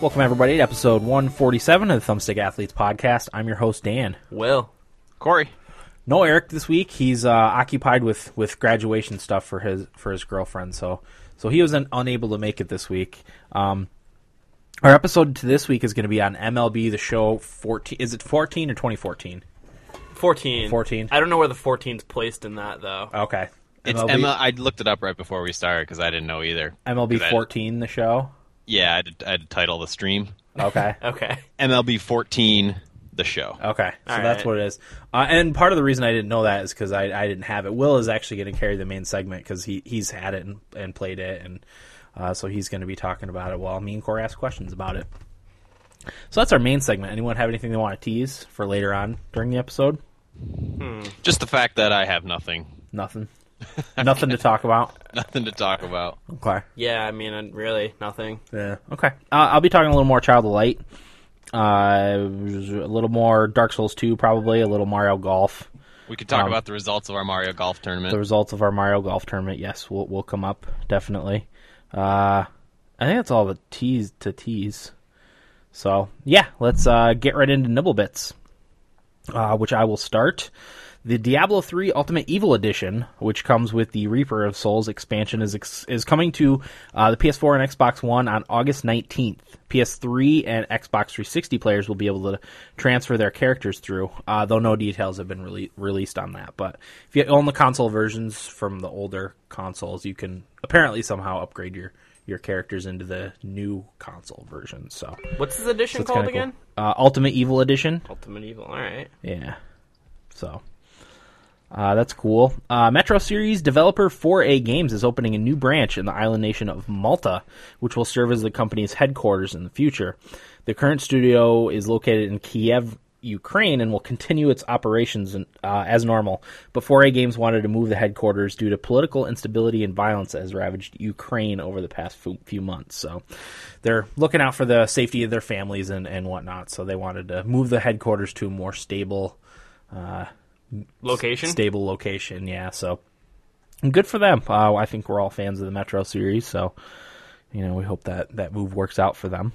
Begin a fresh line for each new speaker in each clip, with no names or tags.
Welcome, everybody, to episode 147 of the Thumbstick Athletes Podcast. I'm your host, Dan.
Will.
Corey.
No Eric this week. He's uh, occupied with, with graduation stuff for his for his girlfriend, so so he was un- unable to make it this week. Um, our episode to this week is going to be on MLB The Show 14. Is it 14 or 2014?
14.
14.
I don't know where the 14's placed in that, though.
Okay,
It's
MLB,
Emma. I looked it up right before we started because I didn't know either.
MLB
Good.
14 The Show.
Yeah, I'd, I'd title the stream
Okay,
Okay.
MLB 14, the show.
Okay, so
All
that's
right.
what it is. Uh, and part of the reason I didn't know that is because I, I didn't have it. Will is actually going to carry the main segment because he, he's had it and, and played it, and uh, so he's going to be talking about it while me and Corey ask questions about it. So that's our main segment. Anyone have anything they want to tease for later on during the episode?
Just the fact that I have nothing,
Nothing. Nothing to talk about.
nothing to talk about.
Okay.
Yeah, I mean, uh, really, nothing.
Yeah. Okay. Uh, I'll be talking a little more Child of Light, uh, a little more Dark Souls 2, probably, a little Mario Golf.
We could talk
Um,
about the results of our Mario Golf tournament.
the results of our Mario Golf tournament, yes, will will come up definitely. Uh, I think that's all the tease to tease. So yeah, let's uh, get right into Nibble Bits, uh, which I will start. The Diablo 3 Ultimate Evil Edition, which comes with the Reaper of Souls expansion, is ex- is coming to uh, the PS4 and Xbox One on August 19th. PS3 and Xbox 360 players will be able to transfer their characters through, uh, though no details have been rele- released on that. But if you own the console versions from the older consoles, you can apparently somehow upgrade your your characters into the new console version. So
What's this edition
it's
called
kinda cool.
again?
Uh, Ultimate Evil Edition.
Ultimate Evil. All right.
Yeah. So uh, that's cool. Uh, Metro Series developer 4A Games is opening a new branch in the island nation of Malta, which will serve as the company's headquarters in the future. The current studio is located in Kiev, Ukraine, and will continue its operations in, uh, as normal. But 4A Games wanted to move the headquarters due to political instability and violence that has ravaged Ukraine over the past few, few months. So they're looking out for the safety of their families and, and whatnot. So they wanted to move the headquarters to a more stable
Location?
stable location. Yeah, so good for them. Uh, I think we're all fans of the Metro series, so you know we hope that that move works out for them.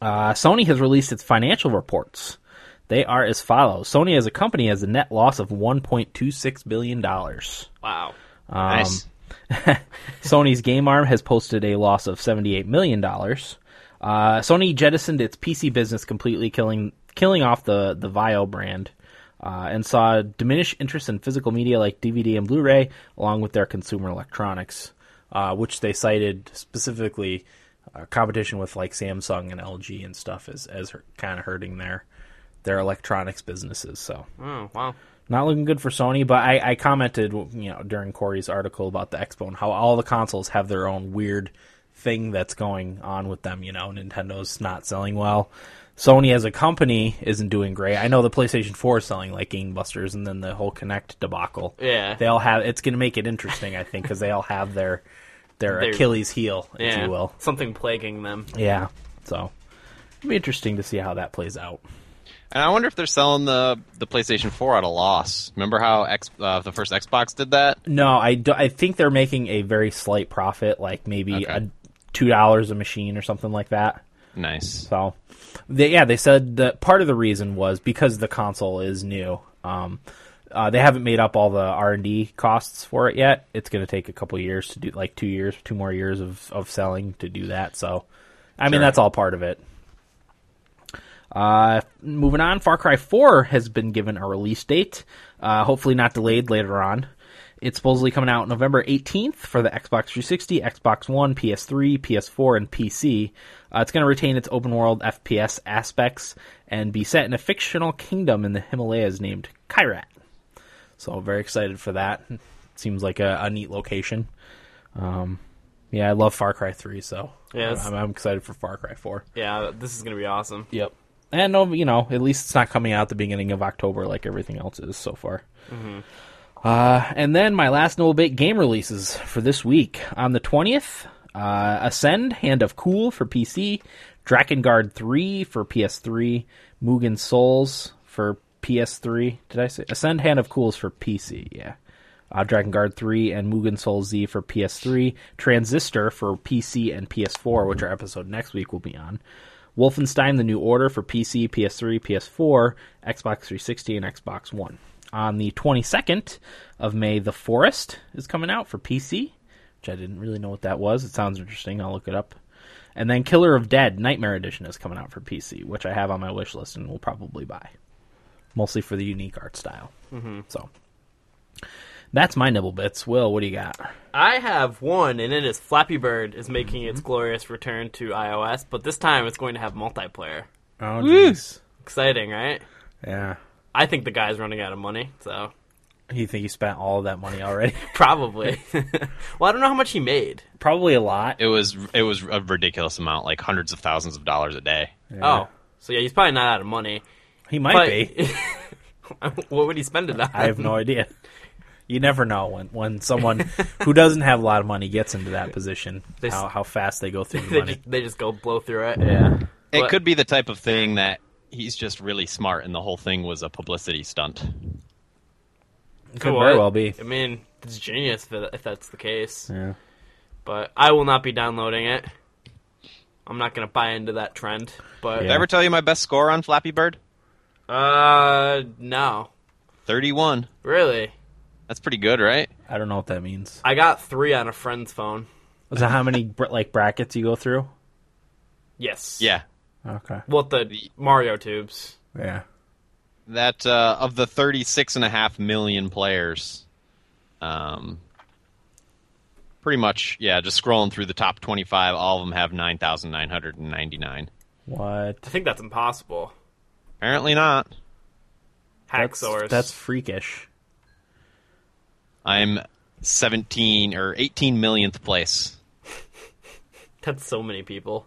Uh, Sony has released its financial reports. They are as follows: Sony as a company has a net loss of 1.26 billion dollars.
Wow.
um,
nice.
Sony's game arm has posted a loss of $78 million. Uh, Sony jettisoned its PC business completely, killing killing off the, the Vio brand, uh, and saw diminished interest in physical media like DVD and Blu ray, along with their consumer electronics, uh, which they cited specifically uh, competition with like Samsung and LG and stuff as, as kind of hurting their, their electronics businesses. So
Oh, wow.
not looking good for Sony. But I, I commented, you know, during Corey's article about the Expo and how all the consoles have their own weird thing that's going on with them. You know, Nintendo's not selling well. Sony as a company isn't doing great. I know the PlayStation 4 is selling like gangbusters, and then the whole Connect debacle.
Yeah.
they all have. It's going to make it interesting, I think, because they all have their their
Their-
Achilles heel, if
Yeah.
you will.
Something plaguing them.
Yeah. So it'll be interesting to see how that plays out.
And I wonder if they're selling the the PlayStation 4 at a loss. Remember how X, uh, the first Xbox did that?
No, I, do- I think they're making a very slight profit, like maybe
Okay.
a, two dollars a machine or something like that.
Nice.
So, they, yeah, they said that part of the reason was because the console is new. Um, uh, they haven't made up all the R and D costs for it yet. It's going to take a couple years to do, like two years, two more years of of selling to do that. So, I mean,
Sure.
that's all part of it. Uh, moving on, Far Cry 4 has been given a release date, uh, hopefully not delayed later on. It's supposedly coming out November 18th for the Xbox 360, Xbox One, PS3, PS4, and PC. Uh, it's going to retain its open world FPS aspects and be set in a fictional kingdom in the Himalayas named Kairat. So, very excited for that. Seems like a, a neat location. Um, yeah, I love Far Cry 3, so
Yeah, it's-
I'm, I'm excited for Far Cry 4.
Yeah, this is going to be awesome.
Yep. And no, you know, at least it's not coming out the beginning of October like everything else is so far. Uh, and then my last Noble Bait game releases for this week on the twentieth: uh, Ascend, Hand of Cool for PC, Drakengard Three for PS3, Mugen Souls for PS3. Did I say Ascend, Hand of Cool is for PC? Yeah. uh, Dragon Guard 3, and Mugen Soul Z for PS3, Transistor for PC and PS4, which our episode next week will be on, Wolfenstein The New Order for PC, PS3, PS4, Xbox 360, and Xbox One. On the 22nd of May, The Forest is coming out for PC, which I didn't really know what that was. It sounds interesting. I'll look it up. And then Killer of Dead Nightmare Edition is coming out for PC, which I have on my wish list and will probably buy, mostly for the unique art style. Mm-hmm. So that's my nibble bits. Will, what do you got?
I have one, and it is Flappy Bird is making
Mm-hmm.
its glorious return to iOS, but this time it's going to have multiplayer.
Oh, jeez.
Exciting, right?
Yeah.
I think the guy's running out of money, so
You think you spent all of that money already?
probably. well, I don't know how much he made.
Probably a lot.
It was it was a ridiculous amount, like hundreds of thousands of dollars a day.
Oh, so yeah, he's probably not out of money.
He might be.
but what would he spend it on?
I have no idea. You never know when, when someone who doesn't have a lot of money gets into that position,
They s-
how, how fast they go through the
they
money.
just they just go blow through it.
Yeah.
It
But-
could be the type of thing that he's just really smart, and the whole thing was a publicity stunt.
Could
Well,
very well be.
I mean, it's genius if, it- if that's the case.
Yeah.
But I will not be downloading it. I'm not gonna buy into that trend. But
Did I ever tell you my best score on Flappy Bird?
uh, no,
Thirty-one.
really,
That's pretty good, right?
I don't know what that means.
I got three on a friend's phone.
Is that how many br- like brackets you go through?
Yes.
Yeah.
Okay.
Well, the Mario tubes.
Yeah.
That uh, of the thirty-six and a half million players, um, pretty much, yeah. Just scrolling through the top twenty-five, all of them have nine thousand nine hundred and ninety-nine.
I
What?
think that's impossible.
Apparently not.
Hack
That's,
source.
that's freakish.
I'm seventeen or eighteen millionth place.
That's so many people.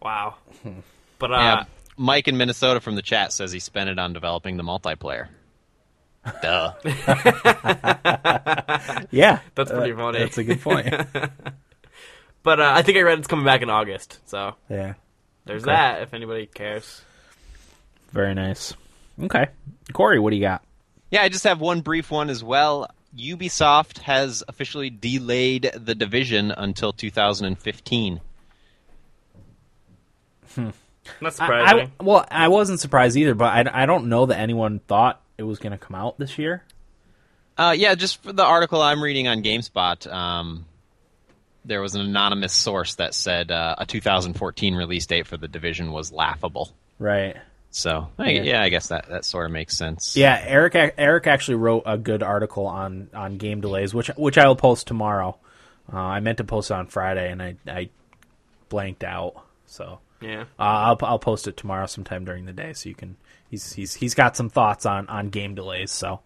Wow. But uh,
Yeah, Mike in Minnesota from the chat says he spent it on developing the multiplayer. Duh.
Yeah. Uh,
That's pretty funny.
That's a good point.
but uh, I think I read it's coming back in August. So
yeah.
there's that. If anybody cares.
Very nice. Okay. Corey, what do you got?
yeah, I just have one brief one as well. Ubisoft has officially delayed the division until 2015.
Not
I,
surprising.
I- well, I wasn't surprised either, but I, I don't know that anyone thought it was going to come out this year.
Uh, yeah, just for the article I'm reading on GameSpot, um, there was an anonymous source that said uh, a 2014 release date for the division was laughable.
Right.
So, I,
Yeah.
yeah. I guess that, that sort of makes sense.
Yeah, Eric ac- Eric actually wrote a good article on, on game delays, which which I will post tomorrow. Uh, I meant to post it on Friday, and I, I blanked out. So
yeah.
Uh, I'll I'll post it tomorrow sometime during the day, so you can. He's he's he's got some thoughts on on game delays. So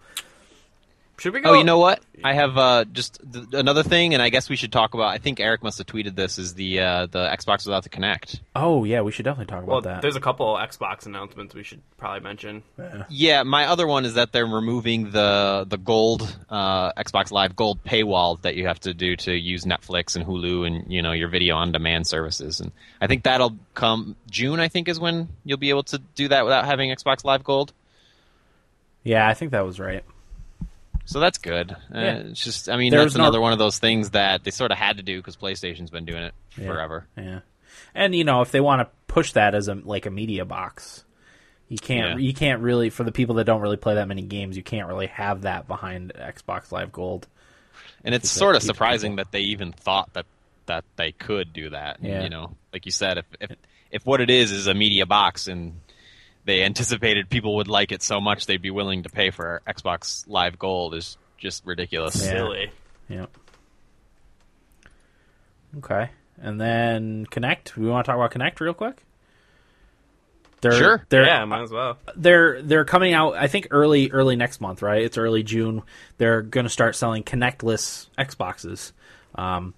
Should we go?
Oh, you know what? I have uh, just th- another thing, and I guess we should talk about. I think Eric must have tweeted this: is the uh, the Xbox without the Connect?
oh yeah, we should definitely talk
Well,
about that.
there's a couple Xbox announcements we should probably mention.
Yeah, my other one is that they're removing the the gold uh, Xbox Live Gold paywall that you have to do to use Netflix and Hulu and you know your video on demand services. And I think that'll come June. I think is when you'll be able to do that without having Xbox Live Gold.
Yeah, I think that was right.
So that's good. Uh,
Yeah.
It's just, I mean,
There's
that's
no-
another one of those things that they sort of had to do because PlayStation's been doing it forever.
Yeah, and you know if they want to push that as a like a media box, you can't
Yeah.
you can't really for the people that don't really play that many games, you can't really have that behind Xbox Live Gold.
And it's
that
sort of
keeps
surprising
people-
that they even thought that that they could do that.
Yeah.
You know, like you said, if if if what it is is a media box and they anticipated people would like it so much they'd be willing to pay for Xbox Live Gold is just ridiculous.
Yeah.
Silly.
Yeah. Okay, and then Connect. We want to talk about Connect real quick. They're,
Sure.
They're, uh,
yeah, might as well.
they're they're coming out I think early early next month, right? It's early June. They're going to start selling connectless Xboxes. Um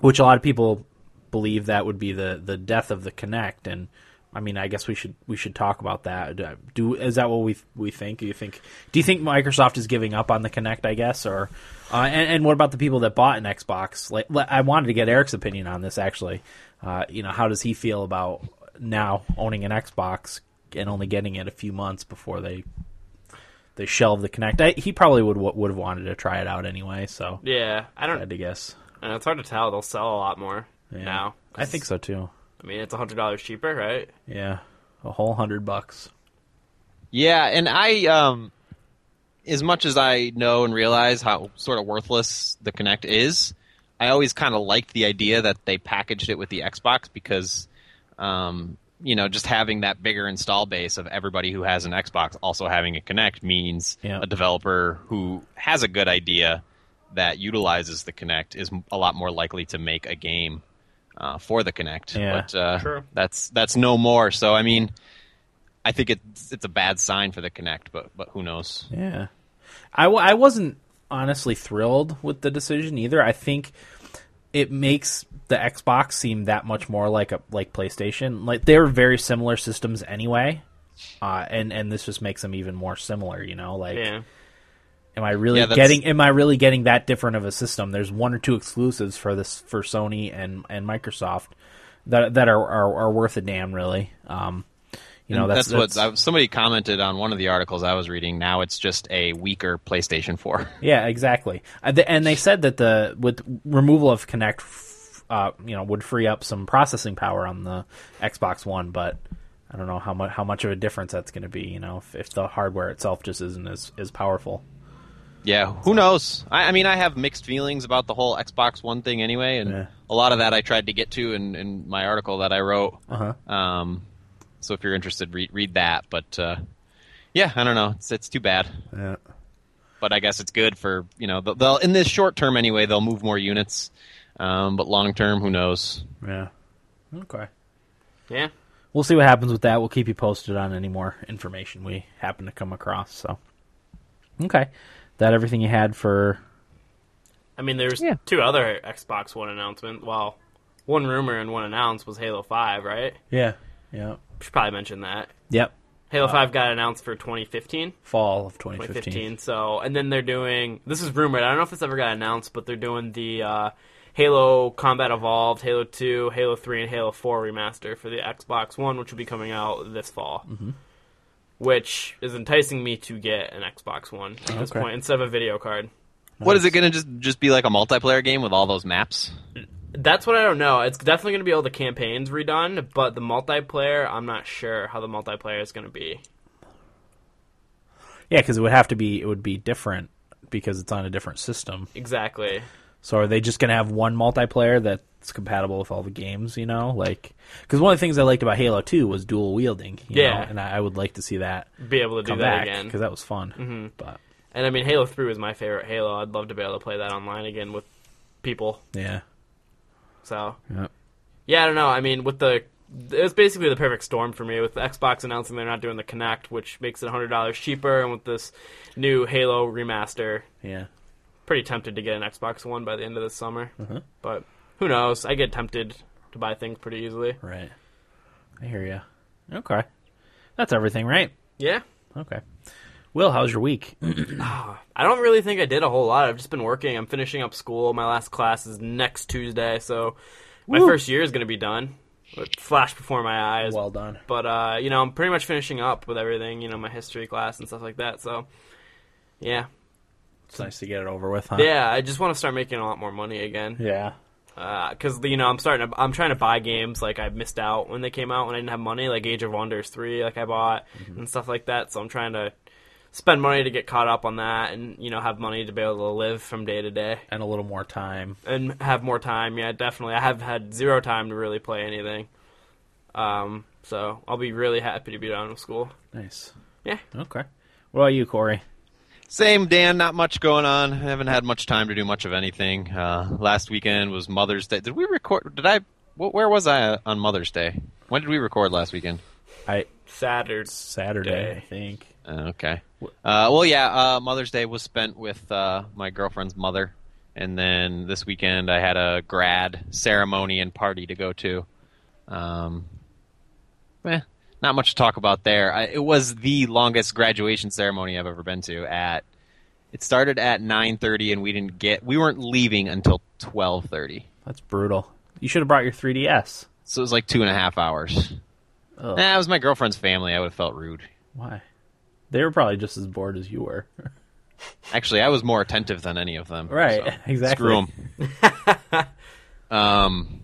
which a lot of people believe that would be the the death of the Connect and I mean, I guess we should we should talk about that. Uh, Do is that what we we think? Do you think do you think Microsoft is giving up on the Connect? I guess, or uh, and, and what about the people that bought an Xbox? Like, le- I wanted to get Eric's opinion on this actually. Uh, you know, how does he feel about now owning an Xbox and only getting it a few months before they they shelved the Connect. I, he probably would would have wanted to try it out anyway. So
Yeah, I
I
don't.
had to guess.
And it's hard to tell. They'll sell a lot more
Yeah.
now.
I think so too.
I mean, it's hundred dollars cheaper, right?
Yeah, a whole hundred bucks.
Yeah, and I, um, as much as I know and realize how sort of worthless the Kinect is, I always kind of liked the idea that they packaged it with the Xbox because, um, you know, just having that bigger install base of everybody who has an Xbox also having a Kinect means
Yeah.
a developer who has a good idea that utilizes the Kinect is m- a lot more likely to make a game uh, for the Kinect.
Yeah.
But uh,
Sure.
that's that's no more. So I mean. I think it's it's a bad sign for the Connect, but but who knows?
Yeah, I w- I wasn't honestly thrilled with the decision either. I think it makes the Xbox seem that much more like a like PlayStation. Like they're very similar systems anyway, uh, and and this just makes them even more similar. You know, like
Yeah.
am I really
Yeah, that's-
getting am I really getting that different of a system? There's one or two exclusives for this for Sony and and Microsoft that that are are, are worth a damn really. Um, you know
And
that's,
that's, what I, somebody commented on one of the articles I was reading. Now it's just a weaker PlayStation Four.
Yeah, exactly. Uh, th- And they said that the with removal of Connect, uh, you know, would free up some processing power on the Xbox One, but I don't know how much how much of a difference that's going to be. You know, if, if the hardware itself just isn't as as powerful.
yeah, who knows? I, I mean, I have mixed feelings about the whole Xbox One thing anyway, and
Yeah.
a lot of that I tried to get to in, in my article that I wrote. Um, so if you're interested, read read that. But uh, yeah, I don't know. It's it's too bad.
Yeah.
but I guess it's good for you know they'll, they'll in this short term anyway they'll move more units, um, but long term who knows?
Yeah. Okay.
Yeah.
We'll see what happens with that. We'll keep you posted on any more information we happen to come across. So, okay, that everything you had for
I mean, there's
Yeah.
two other Xbox One announcement. Well, one rumor and one announced was Halo Five, right?
yeah, yeah,
We should probably mention that.
yep,
Halo
Uh,
Five got announced for 2015.
fall of 2015.
2015. So, and then they're doing. This is rumored. I don't know if this ever got announced, but they're doing the uh, Halo Combat Evolved, Halo Two, Halo Three, and Halo Four remaster for the Xbox One, which will be coming out this fall.
Mm-hmm.
Which is enticing me to get an Xbox One at this
Okay.
point instead of a video card.
What is it going to just just be like a multiplayer game with all those maps?
That's what I don't know. It's definitely going to be all the campaigns redone, but the multiplayer, I'm not sure how the multiplayer is going to be.
Yeah, because it would have to be it would be different because it's on a different system.
Exactly.
So are they just going to have one multiplayer that's compatible with all the games? You know, like because one of the things I liked about Halo Two was dual wielding. You
Yeah.
know? and I, I would like to see that
Be able to do
come
that
back
again. Mm-hmm.
because that was fun. But
And I mean, Halo 3 was my favorite Halo. I'd love to be able to play that online again with people.
yeah,
So,
yeah,
yeah, I don't know. I mean, with the. It was basically the perfect storm for me with the Xbox announcing they're not doing the Connect, which makes it $100 cheaper, and with this new Halo remaster.
yeah.
Pretty tempted to get an Xbox One by the end of this summer. But who knows? I get tempted to buy things pretty easily.
Right. I hear you. Okay, that's everything, right?
Yeah.
Okay. Will, how's your week?
I don't really think I did a whole lot. I've just been working. I'm finishing up school. My last class is next Tuesday, so my first year is going to be done. It flashed before my eyes.
well done.
but uh, you know, I'm pretty much finishing up with everything. You know, my history class and stuff like that. So, yeah,
It's nice to get it over with, huh?
yeah. I just want to start making a lot more money again.
Uh. Yeah.
Because you know, I'm starting. To, I'm trying to buy games like I missed out when they came out when I didn't have money, like Age of Wonders three, like I bought
Mm-hmm.
and stuff like that. So I'm trying to spend money to get caught up on that, and you know, have money to be able to live from day to day.
And a little more time.
and have more time. Yeah, definitely. I have had zero time to really play anything. Um, so I'll be really happy to be done with school.
Nice.
Yeah.
Okay. What about you, Corey?
Same, Dan. Not much going on. I haven't had much time to do much of anything. Uh, last weekend was Mother's Day. Did we record? Did I? wh- Where was I on Mother's Day? When did we record last weekend?
I
Saturday.
Saturday, I think.
Uh, okay. Uh, well, yeah. Uh, Mother's Day was spent with uh, my girlfriend's mother, and then this weekend I had a grad ceremony and party to go to. Um, eh, not much to talk about there. I, it was the longest graduation ceremony I've ever been to. At it started at nine thirty, and we didn't get we weren't leaving until twelve thirty.
That's brutal. You should have brought your 3DS.
So it was like two and a half hours.
Ugh.
Nah, it was my girlfriend's family. I would have felt rude.
Why? They were probably just as bored as you were.
Actually, I was more attentive than any of them.
Right,
so
exactly.
Screw 'em. um,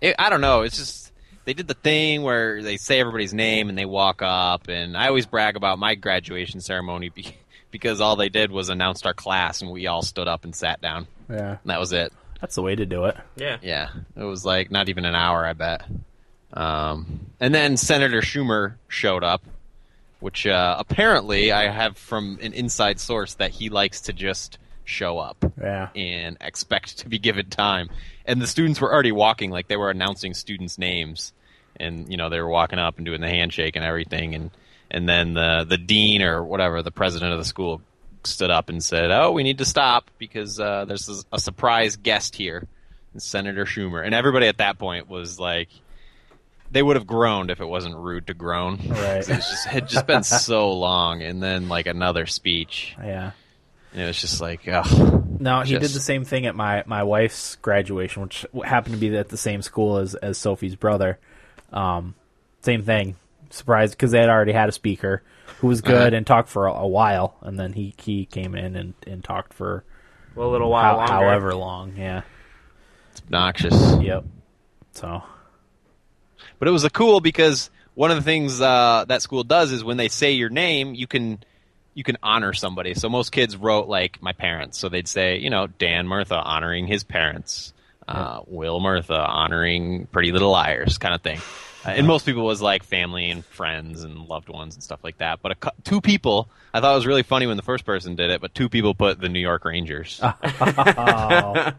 it, I don't know. It's just they did the thing where they say everybody's name and they walk up, and I always brag about my graduation ceremony be, because all they did was announced our class, and we all stood up and sat down,
Yeah,
and that was it.
that's the way to do it.
Yeah.
Yeah, it was like not even an hour, I bet. Um, and then Senator Schumer showed up, which uh, apparently I have from an inside source that he likes to just show up
Yeah,
and expect to be given time. And the students were already walking, like they were announcing students' names, and you know they were walking up and doing the handshake and everything. And and then the the dean or whatever the president of the school stood up and said, "Oh, we need to stop because uh, there's a surprise guest here, Senator Schumer." And everybody at that point was like. They would have groaned if it wasn't rude to groan. 'Cause It was just, had just been so long, and then like another speech,
yeah.
and it was just like, ugh.
No, he did
Just-
the same thing at my my wife's graduation, which happened to be at the same school as as Sophie's brother. Um, same thing, surprised because they had already had a speaker who was good
Uh-huh.
and talked for a, a while, and then he he came in and and talked for
A little while
how-
longer.
however long. Yeah,
obnoxious.
yep. So
But it was uh, cool because one of the things uh, that school does is when they say your name, you can you can honor somebody. So most kids wrote like my parents, so they'd say you know Dan Murtha honoring his parents, uh, Will Murtha honoring Pretty Little Liars, kind of thing. Uh, and most people was like family and friends and loved ones and stuff like that. But a, cou- two people, I thought it was really funny when the first person did it, but two people put the New York Rangers,
oh,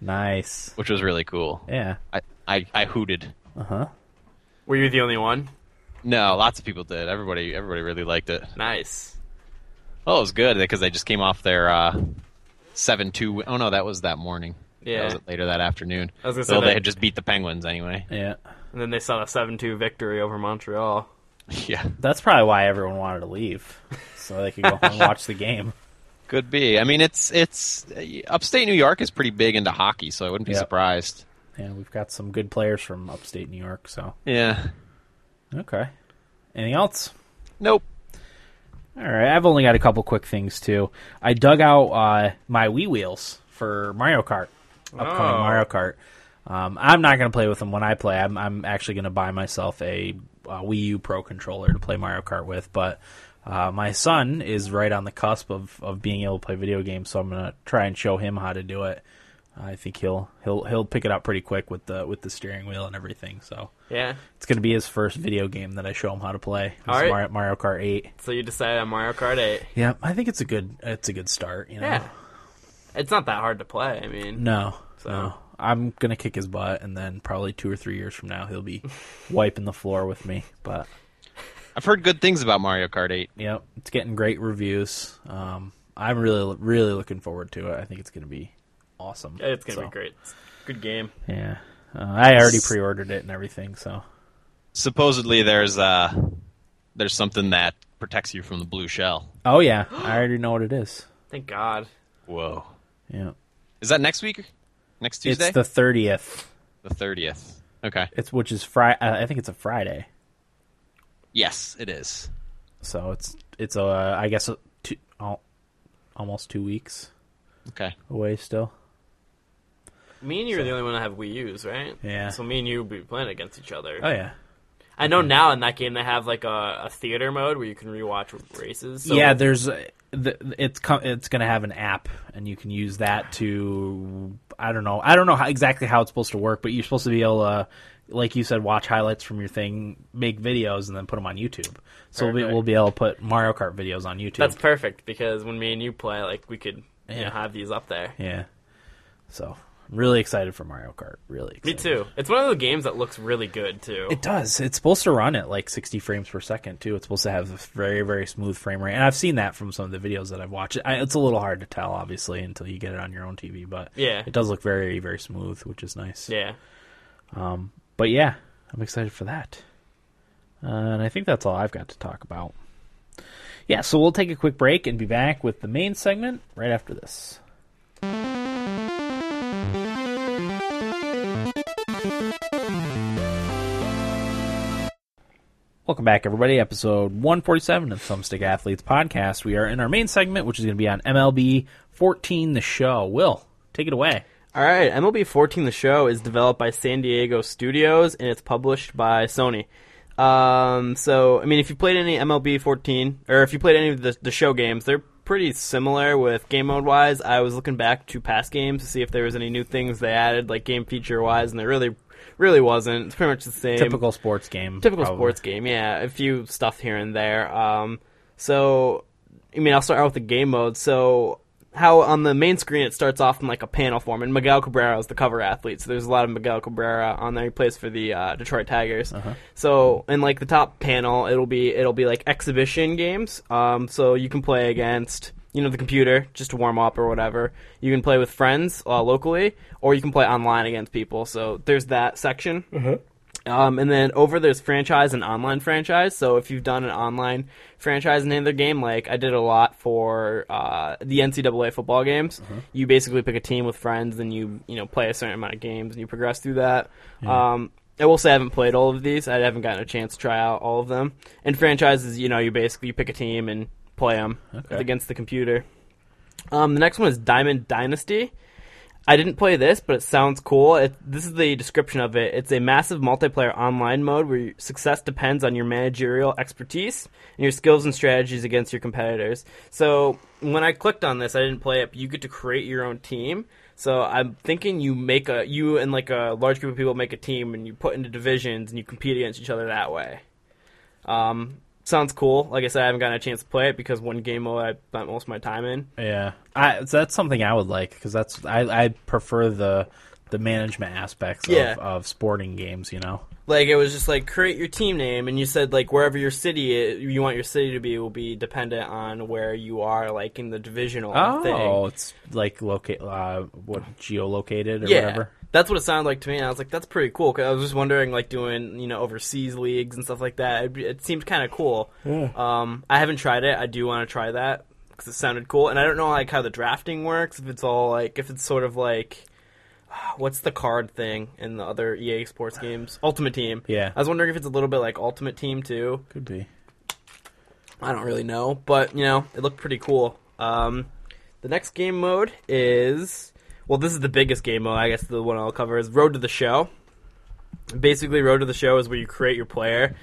nice.
which was really cool.
Yeah. Uh-huh.
I, I, I hooted.
Were you the only one?
No, lots of people did. Everybody everybody really liked it.
Nice.
Oh, it was good because they just came off their uh, seven two. Oh no, that was that morning.
Yeah.
that was later that afternoon.
I was gonna
so
say
they
that-
had just beat the Penguins anyway.
Yeah.
And then they saw a 7-2 victory over Montreal.
Yeah,
That's probably why everyone wanted to leave, so they could go home and watch the game.
could be. I mean, it's it's upstate New York is pretty big into hockey, so I wouldn't be
Yeah.
surprised.
And we've got some good players from upstate New York, so
Yeah.
okay. Anything else?
Nope.
All right, I've only got a couple quick things too. I dug out uh, my Wii wheels for Mario Kart, upcoming
Oh.
Mario Kart. Um, I'm not going to play with them when I play. I'm, I'm actually going to buy myself a, uh Wii U Pro controller to play Mario Kart with. But uh, my son is right on the cusp of, of being able to play video games, so I'm going to try and show him how to do it. I think he'll he'll he'll pick it up pretty quick with the with the steering wheel and everything. So
Yeah.
it's going to be his first video game that I show him how to play.
All
It's
right.
Mario, Mario Kart 8.
So you decided on Mario Kart 8.
Yeah, I think it's a good it's a good start. You know?
Yeah. It's not that hard to play. I mean,
No,
So-
no, I'm gonna kick his butt, and then probably two or three years from now, he'll be wiping the floor with me. But
I've heard good things about Mario Kart Eight.
yeah, it's getting great reviews. Um, I'm really really looking forward to it. I think it's gonna be awesome.
it's going to
So,
be great. It's a good game.
Yeah, uh, I already pre-ordered it and everything. So
Supposedly, there's uh there's something that protects you from the blue shell.
oh yeah, I already know what it is.
Thank God.
Whoa.
Yeah,
Is that next week? Next Tuesday?
it's the thirtieth.
the thirtieth. Okay.
It's which is Friday. I think it's a Friday.
Yes, it is.
So it's it's uh, I guess a two, al- almost two weeks
Okay.
away still.
Me and you are the only one that have Wii U's, right?
Yeah.
So me and you will be playing against each other.
Oh yeah.
I know now in that game they have like a, a theater mode where you can rewatch races. So
yeah, there's uh, the, it's co- it's going to have an app, and you can use that to I don't know I don't know how, exactly how it's supposed to work, but you're supposed to be able to, like you said, watch highlights from your thing, make videos, and then put them on YouTube. So we'll be,
Perfect.
we'll be able to put Mario Kart videos on YouTube.
that's perfect because when me and you play, like we could you
Yeah.
know, have these up there.
yeah. So I'm really excited for Mario Kart. Really,
Me
excited.
too. It's one of those games that looks really good too.
It does. It's supposed to run at like 60 frames per second too. It's supposed to have a very very smooth frame rate, and I've seen that from some of the videos that I've watched. I, it's a little hard to tell, obviously, until you get it on your own TV. But
Yeah.
it does look very very smooth, which is nice.
yeah.
But yeah, I'm excited for that. Uh, and I think that's all I've got to talk about. Yeah, so we'll take a quick break and be back with the main segment right after this. Welcome back, everybody. Episode 147 of Thumbstick Athletes Podcast. We are in our main segment, which is going to be on MLB 14, the show. Will, take it away.
All right, MLB 14 The Show is developed by San Diego Studios and it's published by Sony. Um, so, I mean, if you played any MLB 14, or if you played any of the, the show games, they're pretty similar with game mode wise. I was looking back to past games to see if there was any new things they added, like game feature wise, and there really, really wasn't. It's pretty much the same.
Typical sports game.
Typical
probably.
sports game, yeah. A few stuff here and there. Um, so, I mean, I'll start out with the game mode. So, how on the main screen it starts off in like a panel form, and Miguel Cabrera is the cover athlete. So there's a lot of Miguel Cabrera on there. He plays for the uh, Detroit Tigers.
Uh-huh.
So in like the top panel, it'll be it'll be like exhibition games. Um, so you can play against you know the computer just to warm up or whatever. You can play with friends uh, locally, or you can play online against people. So there's that section. Um, and then over there's franchise and online franchise. So if you've done an online franchise in any other game, like I did a lot for uh, the NCAA football games, you basically pick a team with friends and you you know play a certain amount of games and you progress through that. Um, I will say I haven't played all of these. I haven't gotten a chance to try out all of them. And franchises, you know, you basically you pick a team and play them against the computer. Um, the next one is Diamond Dynasty. I didn't play this, but it sounds cool. It, this is the description of it. It's a massive multiplayer online mode where your success depends on your managerial expertise and your skills and strategies against your competitors. So when I clicked on this, I didn't play it, but you get to create your own team. So I'm thinking you make a you and like a large group of people make a team and you put into divisions and you compete against each other that way. Um, sounds cool. Like I said, I haven't gotten a chance to play it because one game mode I spent most of my time in.
Yeah, I, so that's something I would like because that's I, I prefer the the management aspects
Yeah.
of, of sporting games. You know,
Like it was just like create your team name, and you said like wherever your city i you want your city to be will be dependent on where you are, like in the divisional
oh,
thing.
it's like locate uh, what geolocated or
Yeah,
whatever.
that's what it sounded like to me. And I was like, that's pretty cool. Cause I was just wondering, like doing you know overseas leagues and stuff like that. It, it seemed kind of cool. Um, I haven't tried it. I do want to try that because it sounded cool, and I don't know like how the drafting works. If it's all like if it's sort of like what's the card thing in the other EA Sports games, Ultimate Team.
Yeah.
I was wondering if it's a little bit like Ultimate Team too.
Could be.
I don't really know, but you know, it looked pretty cool. Um, the next game mode is well, this is the biggest game mode. I guess the one I'll cover is Road to the Show. Basically, Road to the Show is where you create your player.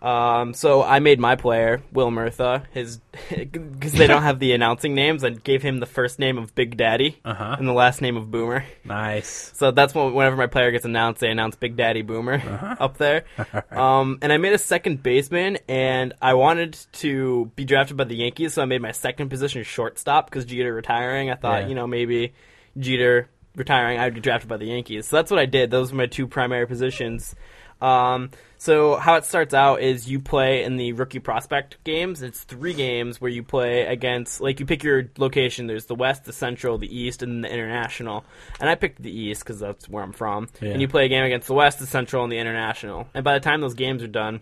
Um, so I made my player Will Murtha his because they don't have the announcing names. I gave him the first name of Big Daddy
Uh-huh.
and the last name of Boomer.
Nice.
So that's when, whenever my player gets announced, they announce Big Daddy Boomer up there. Um, and I made a second baseman, and I wanted to be drafted by the Yankees, so I made my second position shortstop because Jeter retiring. I thought,
Yeah.
you know, maybe Jeter retiring, I would get drafted by the Yankees. So that's what I did. Those were my two primary positions. Um, so how it starts out is you play in the rookie prospect games. It's three games where you play against like you pick your location. There's the West, the Central, the East, and the International. And I picked the East because that's where I'm from.
Yeah.
And you play a game against the West, the Central, and the International. And by the time those games are done,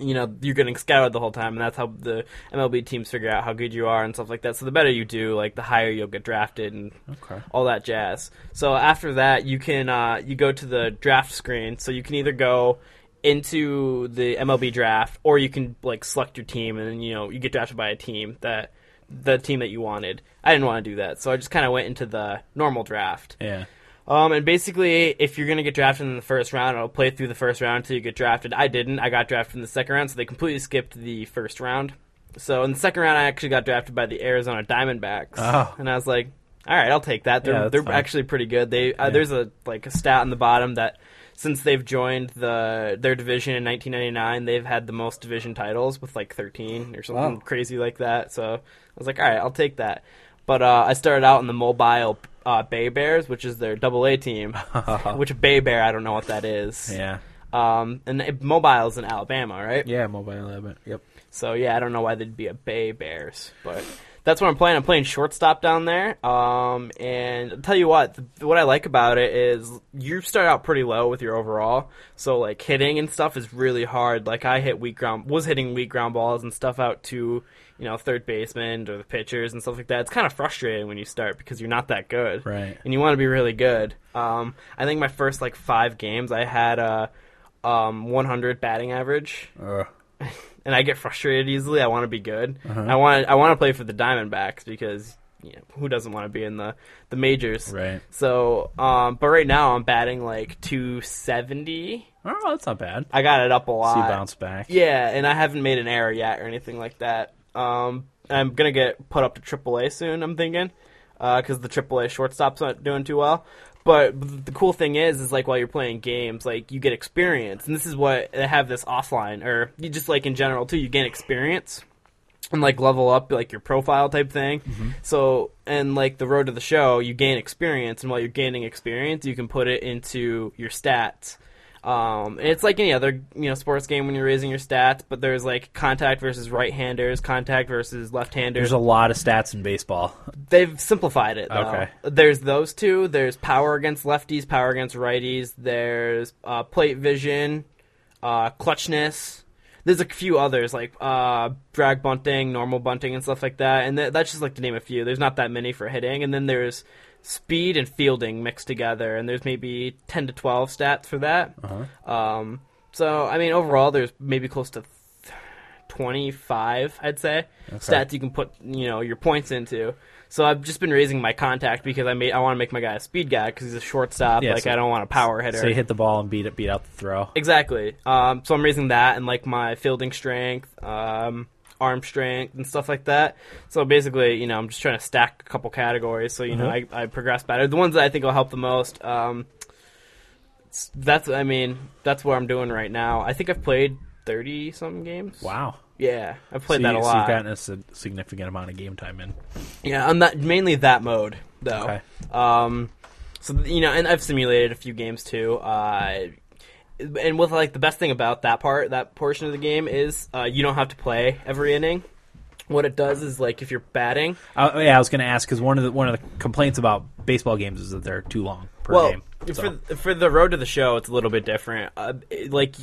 you know you're getting scouted the whole time, and that's how the MLB teams figure out how good you are and stuff like that. So the better you do, like the higher you'll get drafted and
Okay.
all that jazz. So after that, you can uh, you go to the draft screen. So you can either go into the MLB draft, or you can like select your team, and then you know you get drafted by a team that the team that you wanted. I didn't want to do that, so I just kind of went into the normal draft.
Yeah.
Um, and basically, if you're gonna get drafted in the first round, I'll play through the first round until you get drafted. I didn't. I got drafted in the second round, so they completely skipped the first round. So in the second round, I actually got drafted by the Arizona Diamondbacks,
Oh.
and I was like, "All right, I'll take that. They're
Yeah, that's
they're
fine.
actually pretty good. They uh, there's a like a stat on the bottom that since they've joined the their division in 1999, they've had the most division titles with like 13 or something
Wow.
crazy like that. So I was like, all right, I'll take that. But uh, I started out in the Mobile uh, Bay Bears, which is their Double A team. which Bay Bear, I don't know what that is.
Yeah.
Um, and it- Mobile's in Alabama, right?
Yeah. Mobile lab. Yep.
So yeah, I don't know why they'd be a Bay Bears, but that's what I'm playing. I'm playing shortstop down there. Um, and I'll tell you what, th- what I like about it is you start out pretty low with your overall, so like hitting and stuff is really hard. Like I hit weak ground, was hitting weak ground balls and stuff out to you know third baseman or the pitchers and stuff like that. It's kind of frustrating when you start because you're not that good,
Right.
And you want to be really good. Um, I think my first like five games, I had a um 100 batting average
Uh,
and I get frustrated easily. I want to be good.
Uh-huh.
I want I want to play for the Diamondbacks because you know, who doesn't want to be in the the majors?
Right.
So, um, but right now I'm batting like 270.
Oh, that's not bad.
I got it up a
See
lot.
bounce back.
Uh, Yeah, and I haven't made an error yet or anything like that. Um, I'm gonna get put up to AAA soon. I'm thinking, because the AAA shortstop's not doing too well. But the cool thing is, is like while you're playing games, like you get experience, and this is what they have this offline or you just like in general too. You gain experience and like level up like your profile type thing. So and like the road to the show, you gain experience, and while you're gaining experience, you can put it into your stats. Um, and it's like any other you know sports game when you're raising your stats, but there's like contact versus right-handers, contact versus left-handers.
There's a lot of stats in baseball.
They've simplified it. Though.
Okay.
There's those two. There's power against lefties, power against righties. There's uh, plate vision, uh, clutchness. There's a few others like uh, drag bunting, normal bunting, and stuff like that. And th- that's just like to name a few. There's not that many for hitting. And then there's speed and fielding mixed together. And there's maybe 10 to 12 stats for that. Um, so I mean, overall, there's maybe close to 25, I'd say, stats you can put, you know, your points into. So I've just been raising my contact because I made I want to make my guy a speed guy because he's a shortstop.
Yeah,
like
so-
I don't want a power hitter.
So you hit the ball and beat it, beat out the throw.
Exactly. Um, so I'm raising that and like my fielding strength, um, arm strength, and stuff like that. So basically, you know, I'm just trying to stack a couple categories so you know
Mm-hmm.
I, I progress better. The ones that I think will help the most. Um, s- that's I mean that's what I'm doing right now. I think I've played thirty some games.
Wow.
Yeah, I've played
so
that
you,
a
So
lot.
you've gotten a sig- significant amount of game time in.
Yeah, I'm not mainly that mode though.
Okay.
Um, so th- you know, and I've simulated a few games too. Uh, and with like the best thing about that part, that portion of the game is uh, you don't have to play every inning. What it does is like if you're batting,
Uh, yeah, I was going to ask because one of the one of the complaints about baseball games is that they're too long per
well,
game. So.
for for the road to the show, it's a little bit different. Uh, it- like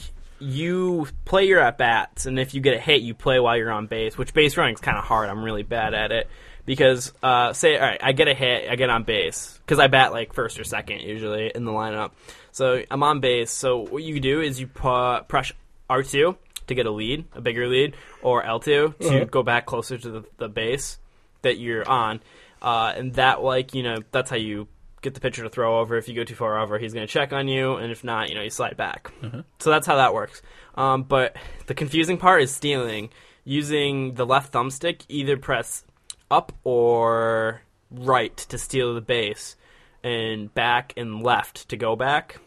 you play your at bats, and if you get a hit, you play while you're on base. Which base running is kind of hard. I'm really bad at it because uh, say all right, I get a hit, I get on base because I bat like first or second usually in the lineup. So I'm on base. So what you do is you pu- press R two to get a lead, a bigger lead, or L two to go back closer to the, the base that you're on, uh, and that like you know that's how you get the pitcher to throw over. If you go too far over, he's going to check on you, and if not, you know you slide back. So that's how that works. Um, but the confusing part is stealing using the left thumbstick. Either press up or right to steal the base, and back and left to go back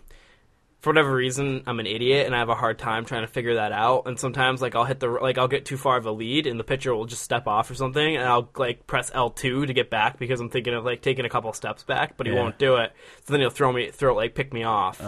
for whatever reason, I'm an idiot and I have a hard time trying to figure that out. And sometimes, like, I'll hit the like I'll get too far of a lead, and the pitcher will just step off or something, and I'll like press L two to get back because I'm thinking of like taking a couple steps back, but he
Yeah. Uh.
won't do it. So then he'll throw me, throw like pick me off,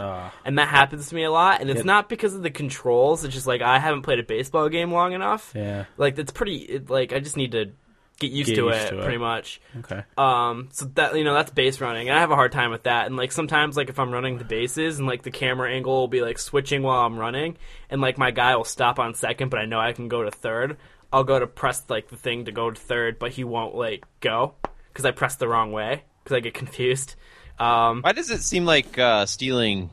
and that happens to me a lot. And it's not because of the controls; it's just like I haven't played a baseball game long enough.
Yeah.
like it's pretty. It, like I just need to get used,
Get
to,
used
it,
to it.
pretty much.
okay.
Um, so that you know that's base running, and I have a hard time with that. And like sometimes, like if I'm running the bases, and like the camera angle will be like switching while I'm running, and like my guy will stop on second, but I know I can go to third. I'll go to press like the thing to go to third, but he won't like go because I pressed the wrong way because I get confused. Um,
Why does it seem like uh, stealing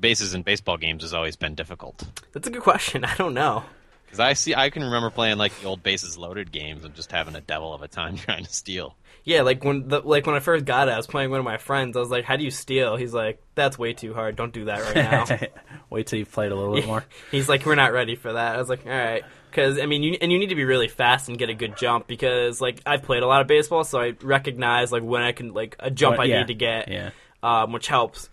bases in baseball games has always been difficult?
that's a good question. I don't know.
Because I see, I can remember playing like the old bases loaded games and just having a devil of a time trying to steal.
Yeah, like when the, like when I first got it, I was playing with one of my friends. I was like, "How do you steal?" He's like, "That's way too hard. Don't do that right now."
Wait till you've played a little bit more.
He's like, we're not ready for that. I was like, all right, because I mean, you and you need to be really fast and get a good jump because like I've played a lot of baseball, so I recognize like when I can like a jump
But,
I
yeah,
need to get,
Yeah.
um, which helps.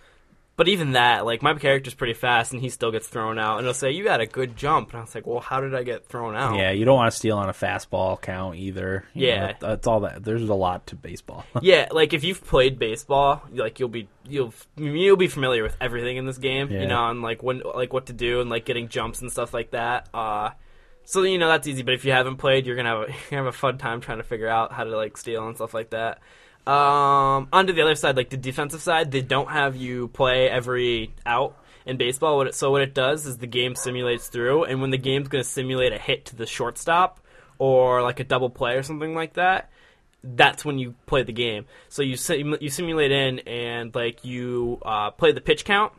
But even that, like my character's pretty fast, and he still gets thrown out, and he'll say, "You got a good jump," and I was like, "Well, how did I get thrown out?"
Yeah, you don't want to steal on a fastball count either. You
Yeah.
know, that- that's all that. There's a lot to baseball.
yeah, like if you've played baseball, like you'll be you'll you'll be familiar with everything in this game,
Yeah.
you know, and like when like what to do and like getting jumps and stuff like that. Uh, so you know that's easy. But if you haven't played, you're gonna have a, you're gonna have a fun time trying to figure out how to like steal and stuff like that. Um, onto the other side, like the defensive side, they don't have you play every out in baseball. What it, so what it does is the game simulates through, and when the game's gonna simulate a hit to the shortstop or like a double play or something like that that's when you play the game. So you sim- you simulate in and like you uh, play the pitch count.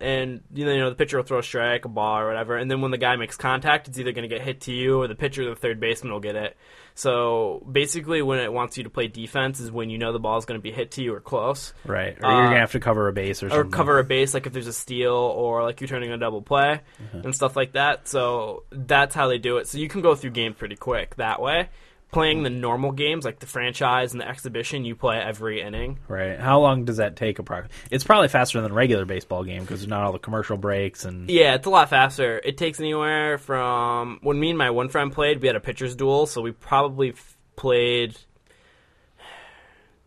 and you know, you know the pitcher will throw a strike, a ball, or whatever. And then when the guy makes contact, it's either going to get hit to you, or the pitcher, or the third baseman will get it. So basically, when it wants you to play defense is when you know the ball is going to be hit to you or close,
Right. Or you're
Uh,
gonna have to cover a base or
or
something.
cover a base, like if there's a steal or like you're turning a double play and stuff like that. So that's how they do it. So you can go through games pretty quick that way. Playing the normal games like the franchise and the exhibition, you play every inning.
Right. How long does that take approximately? It's probably faster than a regular baseball game because there's not all the commercial breaks and
Yeah, it's a lot faster. It takes anywhere from when me and my one friend played, we had a pitcher's duel, so we probably f- played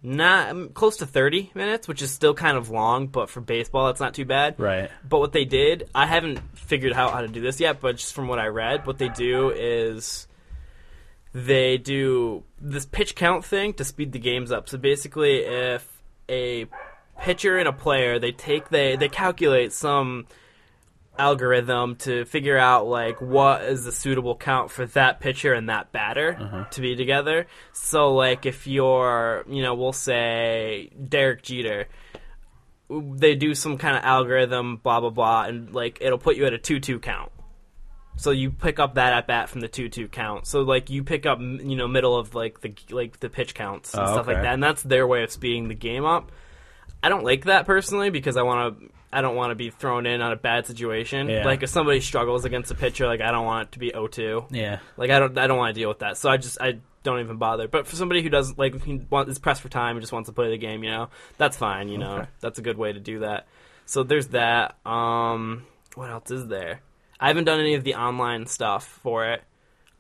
not um, close to 30 minutes, which is still kind of long, but for baseball that's not too bad.
right.
But what they did, I haven't figured out how to do this yet, but just from what I read, what they do is they do this pitch count thing to speed the games up. So basically, if a pitcher and a player, they take they they calculate some algorithm to figure out like what is the suitable count for that pitcher and that batter
Uh-huh.
to be together. So like if you're, you know, we'll say Derek Jeter, they do some kind of algorithm, blah blah blah, and like it'll put you at a two-two count. So you pick up that at bat from the two-two count. So like you pick up, m- you know, middle of like the like the pitch counts and
Oh,
stuff like
okay.
that, and that's their way of speeding the game up. I don't like that personally because I want to. I don't want to be thrown in on a bad situation.
Yeah.
Like if somebody struggles against a pitcher, like I don't want it to be 0-2.
Yeah.
Like I don't, I don't want to deal with that. So I just, I don't even bother. But for somebody who doesn't like, who want, is pressed for time and just wants to play the game, you know, that's fine. You know,
Okay.
that's a good way to do that. So there's that. Um, what else is there? I haven't done any of the online stuff for it.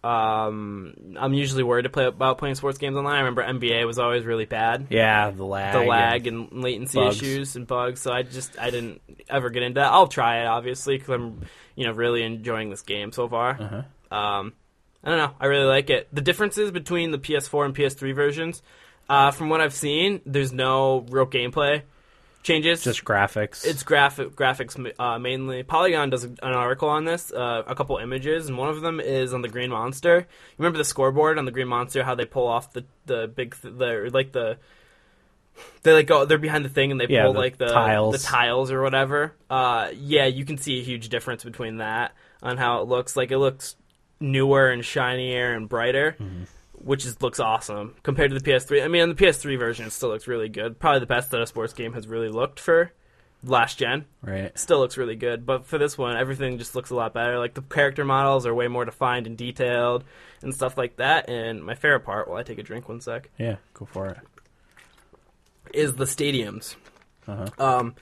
Um, I'm usually worried to play about playing sports games online. I remember NBA was always really bad
Yeah. The lag.
the
and-
lag and latency
bugs.
issues and bugs. So I just I didn't ever get into that. I'll try it obviously because I'm you know really enjoying this game so far.
Uh-huh.
Um, I don't know. I really like it. The differences between the PS4 and PS3 versions, uh, from what I've seen, there's no real gameplay changes.
Just graphics.
It's graphic graphics uh, mainly. Polygon does an article on this, uh, a couple images, and one of them is on the Green Monster. You remember the scoreboard on the Green Monster? How they pull off the the big th- the or like the they like go they're behind the thing and they
Yeah,
pull
the
like the
tiles.
the tiles or whatever. Uh, yeah, you can see a huge difference between that on how it looks. Like it looks newer and shinier and brighter.
Mm-hmm.
Which is, looks awesome compared to the PS3. I mean, on the PS3 version, it still looks really good. Probably the best that a sports game has really looked for last gen
right.
still looks really good but for this one everything just looks a lot better like the character models are way more defined and detailed and stuff like that and my favorite part while i take a drink one sec
Yeah. Go for it.
is the stadiums
Uh-huh.
um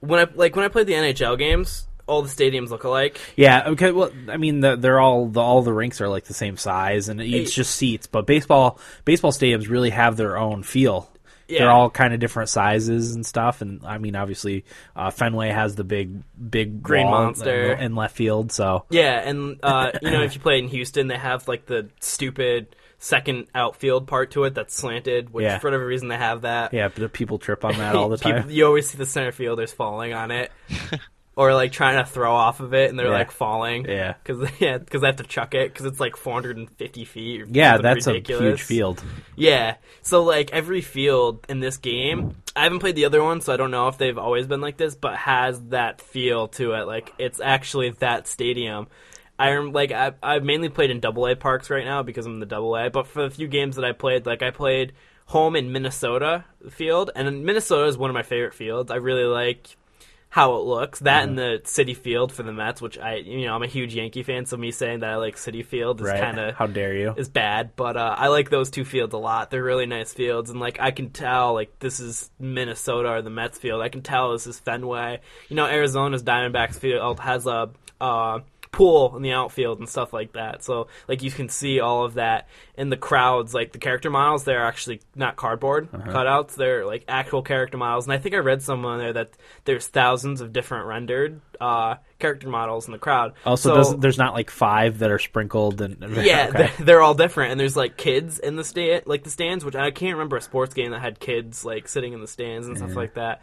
when i like when i played the nhl games all the stadiums look alike
Yeah. Okay. Well, I mean, the, they're all the, all the rinks are like the same size, and it's just seats. But baseball baseball stadiums really have their own feel.
Yeah.
They're all kind of different sizes and stuff. And I mean, obviously, uh, Fenway has the big big
Green
wall
monster.
in left field. So
yeah and uh you know if you play in houston they have like the stupid second outfield part to it that's slanted which
Yeah.
for whatever reason they have that
yeah, the people trip on that all the time.
People, you always see the center fielders falling on it, or like trying to throw off of it, and they're
Yeah.
like falling.
Yeah.
because yeah, because they have to chuck it because it's like 450 feet. Or
Yeah,
something
that's a
ridiculous.
huge field.
Yeah, so like every field in this game, I haven't played the other one, so I don't know if they've always been like this, but has that feel to it. Like it's actually that stadium. I rem- like I I've mainly played in double A parks right now because I'm in the double A, but for the few games that I played, like I played home in Minnesota field, and Minnesota is one of my favorite fields. I really like how it looks. That and the City Field for the Mets, which I you know I'm a huge Yankee fan, so me saying that I like City Field is
Right?
kind of
How dare you?
is bad, but uh, I like those two fields a lot. They're really nice fields, and like I can tell, like this is Minnesota or the Mets field. I can tell this is Fenway. You know, Arizona's Diamondbacks field has a uh, pool in the outfield and stuff like that. So like you can see all of that, and the crowds, like the character models, they're actually not cardboard
Uh-huh.
cutouts. They're like actual character models, and I think I read somewhere there that there's thousands of different rendered uh, character models in the crowd.
Also,
So-
doesn't, there's not like five that are sprinkled and
yeah,
okay.
they're, they're all different, and there's like kids in the stand, like the stands, which I can't remember a sports game that had kids like sitting in the stands and
Mm-hmm.
stuff like that.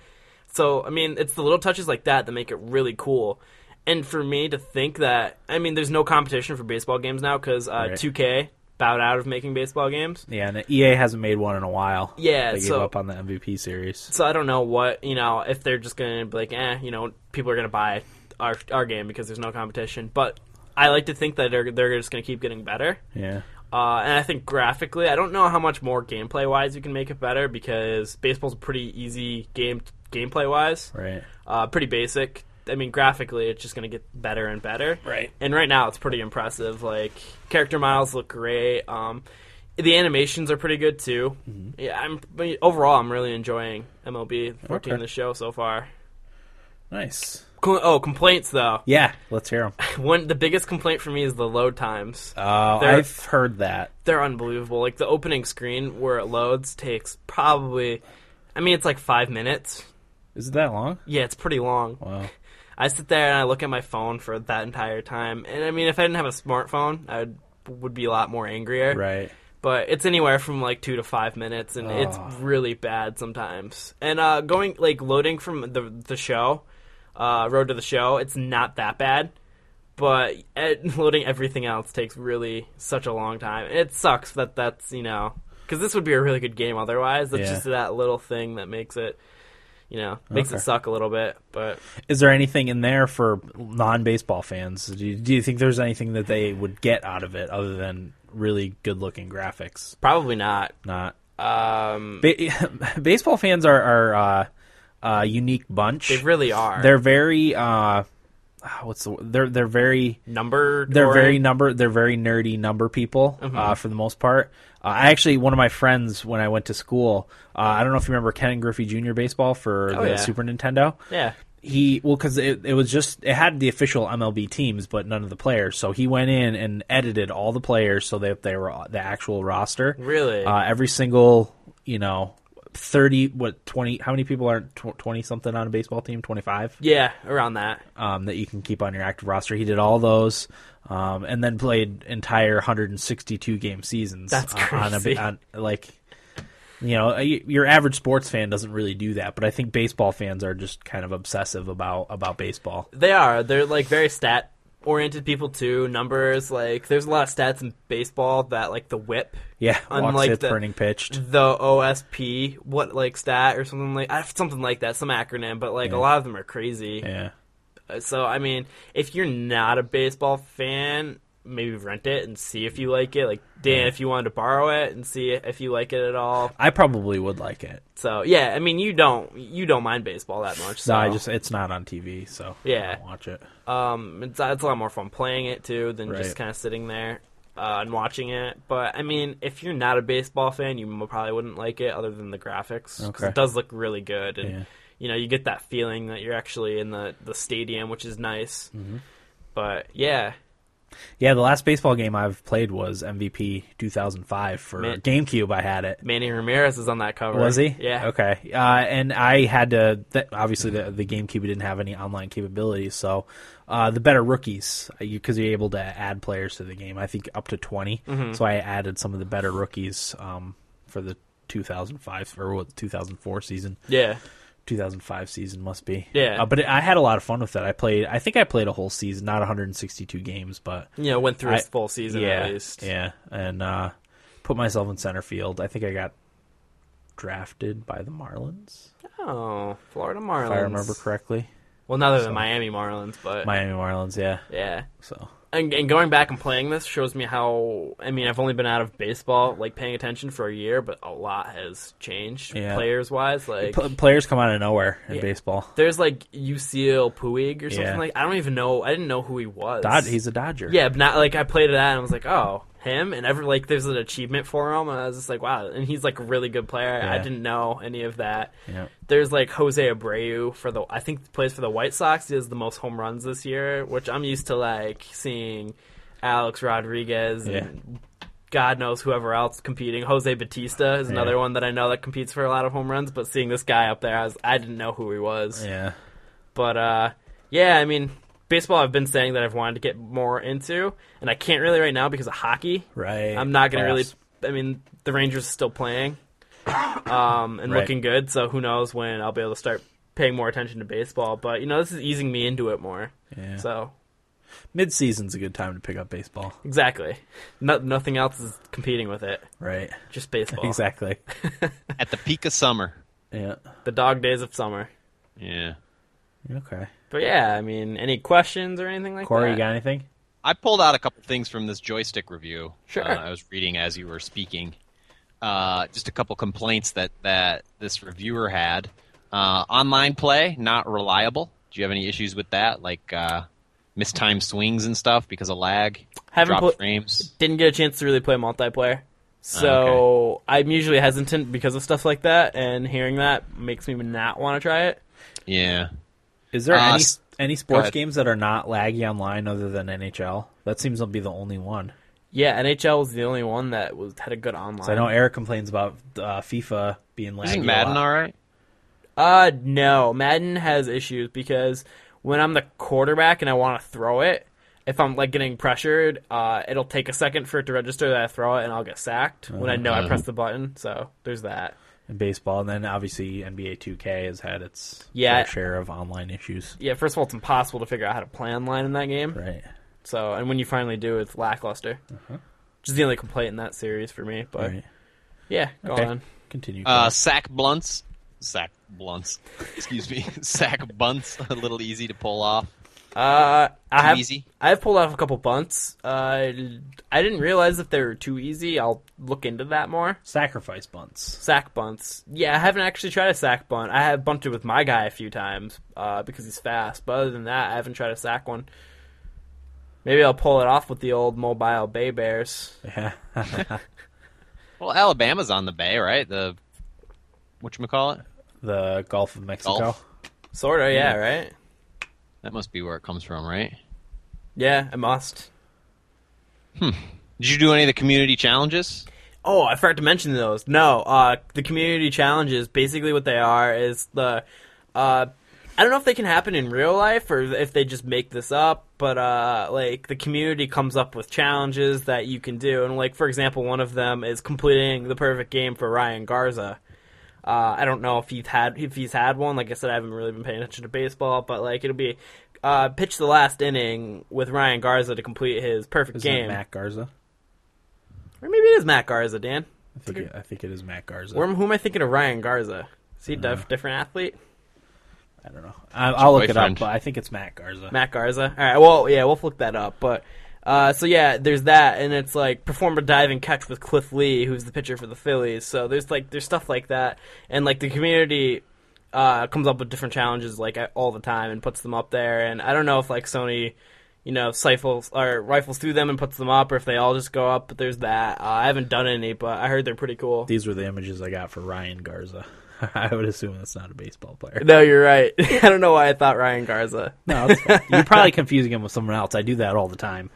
So I mean, it's the little touches like that that make it really cool. And for me to think that, I mean, there's no competition for baseball games now because uh,
Right.
2K bowed out of making baseball games.
Yeah, and EA hasn't made one in a while.
Yeah,
they gave
so-
up on the MVP series.
So I don't know what you know if they're just gonna be like, eh, you know, people are gonna buy our our game because there's no competition. But I like to think that they're they're just gonna keep getting better.
Yeah,
Uh, and I think graphically, I don't know how much more gameplay wise you can make it better because baseball's a pretty easy game gameplay wise,
right.
uh, pretty basic. I mean, graphically, it's just going to get better and better.
Right.
And right now, it's pretty impressive. Like character models look great. Um, the animations are pretty good too.
Mm-hmm.
Yeah, I'm but overall, I'm really enjoying MLB 14
Okay.
the show so far.
Nice.
Co- Oh, complaints though.
Yeah, let's hear them.
One the biggest complaint for me is the load times.
Oh,
They're-
I've heard that.
they're unbelievable. Like the opening screen where it loads takes probably, I mean, it's like five minutes.
Is it that long?
Yeah, it's pretty long.
Wow.
I sit there and I look at my phone for that entire time. And I mean, if I didn't have a smartphone, I would, would be a lot more angrier.
Right.
But it's anywhere from like two to five minutes, and it's
Ugh.
really bad sometimes. And uh, going like loading from the the show, uh, Road to the Show, it's not that bad. But ed- loading everything else takes really such a long time. And it sucks that that's you know because this would be a really good game otherwise. That's
Yeah.
just that little thing that makes it. You know, makes
Okay.
it suck a little bit, but
Is there anything in there for non-baseball fans? Do you, do you think there's anything that they would get out of it other than really good-looking graphics?
probably not.
Not
Um,
ba- baseball fans are are uh, a unique bunch.
they really are.
They're very uh, what's the they're they're very
number.
they're very number they're very nerdy number people
Mm-hmm.
uh, for the most part. Uh, I actually one of my friends when I went to school. Uh, I don't know if you remember Ken Griffey Jr. baseball for
Oh,
the
yeah.
Super Nintendo.
yeah.
he well because it, it was just it had the official MLB teams but none of the players so he went in and edited all the players so that they were the actual roster
Really?
uh, every single you know 30 what 20 how many people aren't 20 something on a baseball team 25
Yeah, around that.
um, that you can keep on your active roster he did all those um, and then played entire 162 game seasons
That's
on- on a
crazy.
ba- on, like you know, y- your average sports fan doesn't really do that, but I think baseball fans are just kind of obsessive about about baseball.
They are. They're like very stat oriented people too. Numbers, like there's a lot of stats in baseball that like the whip,
Yeah, walks
Unlike
hits
the-
burning pitched.
the OSP, what like stat or something like I- something like that, some acronym, but like a lot of them are crazy.
Yeah,
Uh, So I mean, if you're not a baseball fan, maybe rent it and see if you like it. Like Dan, if you wanted to borrow it and see if you like it at all.
I probably would like it.
So yeah, I mean, you don't you don't mind baseball that much. So
No, I just it's not on TV, so
Oh. Yeah.
I don't watch it.
Um, it's, it's a lot more fun playing it too than
Right.
just kind of sitting there uh, and watching it. But I mean, if you're not a baseball fan, you mo- probably wouldn't like it, other than the graphics, 'cause
Okay.
it does look really good, and
Yeah.
you know you get that feeling that you're actually in the the stadium, which is nice.
Mm-hmm.
But yeah,
Yeah, the last baseball game I've played was MVP 2005 for
Man.
GameCube. I had it.
Manny Ramirez is on that cover.
Was he?
Yeah.
Okay. Uh, and I had to. Th- obviously, the, the GameCube didn't have any online capabilities, so uh, the better rookies, because you're able to add players to the game. I think up to 20
Mm-hmm.
So I added some of the better rookies um, for the 2005 or what 2004 season.
Yeah.
2005 season must be.
Yeah.
Uh, but it, I had a lot of fun with it. I played. I think I played a whole season, not 162 games, but
You know, went through
I-
his full season
yeah,
at least.
yeah, and uh, put myself in center field. I think I got drafted by the Marlins,
Oh, Florida Marlins.
if I remember correctly.
Well, not other than Miami Marlins, but
Miami Marlins, yeah.
yeah.
So
and, and going back and playing this shows me how I mean I've only been out of baseball like paying attention for a year, but a lot has changed
Yeah.
players wise. Like
P- players come out of nowhere in
Yeah.
baseball.
there's like UCL Puig or something
Yeah.
like I don't even know I didn't know who he was.
Dod- he's a Dodger.
yeah, but not like I played it out and I was like oh him and every like there's an achievement for him and I was just like wow and he's like a really good player. I
Yeah.
didn't know any of that.
Yeah.
There's like Jose Abreu for the I think plays for the White Sox. He has the most home runs this year, which I'm used to like seeing Alex Rodriguez
Yeah.
and God knows whoever else competing. Jose Batista is another
Yeah.
one that I know that competes for a lot of home runs, but seeing this guy up there, I, was, I didn't know who he was.
Yeah.
But uh, yeah, I mean, baseball I've been saying that I've wanted to get more into, and I can't really right now because of hockey.
Right.
I'm not going to really.
Playoffs.
I mean, the Rangers are still playing um, and
Right.
looking good, so who knows when I'll be able to start paying more attention to baseball. But, you know, this is easing me into it more.
Yeah.
So,
mid-season's a good time to pick up baseball,
Exactly. No, nothing else is competing with it.
right?
Just baseball.
Exactly.
At the peak of summer.
Yeah.
The dog days of summer.
Yeah.
Okay.
But yeah, I mean, any questions or anything like
Corey,
that?
you got anything?
I pulled out a couple things from this joystick review.
Sure.
uh, I was reading as you were speaking. Uh, just a couple complaints that, that this reviewer had. Uh, online play, not reliable. Do you have any issues with that? Like uh, mistimed swings and stuff because of lag?
Haven't
dropped
put-
frames?
didn't get a chance to really play multiplayer.
Oh,
So I'm usually hesitant because of stuff like that, and hearing that makes me not want to try it.
Yeah.
Is there
Uh,
any
s-
any sports
ahead.
games that are not laggy online other than NHL? That seems to be the only one.
Yeah, NHL was the only one that was had a good online.
'Cause I know Eric complains about uh, FIFA being laggy.
Isn't
a
Madden
lot.
all right?
Uh, no, Madden has issues because when I'm the quarterback and I want to throw it, if I'm like getting pressured, uh, it'll take a second for it to register that I throw it, and I'll get sacked when I know I
Uh-huh.
press the button. So there's that.
in baseball, and then obviously NBA 2K has had its
Yeah.
fair share of online issues.
Yeah, first of all, it's impossible to figure out how to play online in that game.
Right. Uh-huh.
So, and when you finally do, it's lackluster. Which is the only complaint in that series for me. But
right.
yeah, go
Okay.
on.
Continue.
Uh,
Corey.
sack blunts. Sack blunts. Excuse me. sack bunts. A little easy to pull off.
Uh, I
Too
have
easy?
I've pulled off a couple bunts. Uh, I didn't realize if they were too easy. I'll look into that more.
Sacrifice bunts.
Sack bunts. Yeah, I haven't actually tried a sack bunt. I have bunted with my guy a few times uh, because he's fast. But other than that, I haven't tried a sack one. Maybe I'll pull it off with the old mobile Bay Bears.
Yeah.
Well, Alabama's on the bay, right? The whatchamacallit?
the Gulf of Mexico.
Golf.
Sort of, yeah, right?
That must be where it comes from, right?
Yeah, I must.
Did you do any of the community challenges?
Oh, I forgot to mention those. No, uh, the community challenges. Basically, what they are is the. Uh, I don't know if they can happen in real life or if they just make this up, but uh, like the community comes up with challenges that you can do, and like for example, one of them is completing the perfect game for Ryan Garza. Uh, I don't know if he's had if he's had one. Like I said, I haven't really been paying attention to baseball, but like it'll be uh, pitch the last inning with Ryan Garza to complete his perfect
Isn't
game,
it Matt Garza?
or maybe it is Matt Garza, Dan.
I think it, I think it is Matt Garza.
Where, who am I thinking of? Ryan Garza. Is he a diff- different athlete?
I don't know. I, I'll look it up,
boyfriend.
but I think it's Matt Garza.
Matt Garza. All right. Well, yeah, we'll look that up. But uh, so yeah, there's that, and it's like perform a dive and catch with Cliff Lee, who's the pitcher for the Phillies. So there's like there's stuff like that, and like the community. Uh, comes up with different challenges like all the time and puts them up there and I don't know if like Sony, you know, sifles or rifles through them and puts them up or if they all just go up. But there's that. Uh, I haven't done any, but I heard they're pretty cool.
These were the images I got for Ryan Garza. I would assume that's not a baseball player.
No, you're right. I don't know why I thought Ryan Garza.
No, that's fine. you're probably confusing him with someone else. I do that all the time.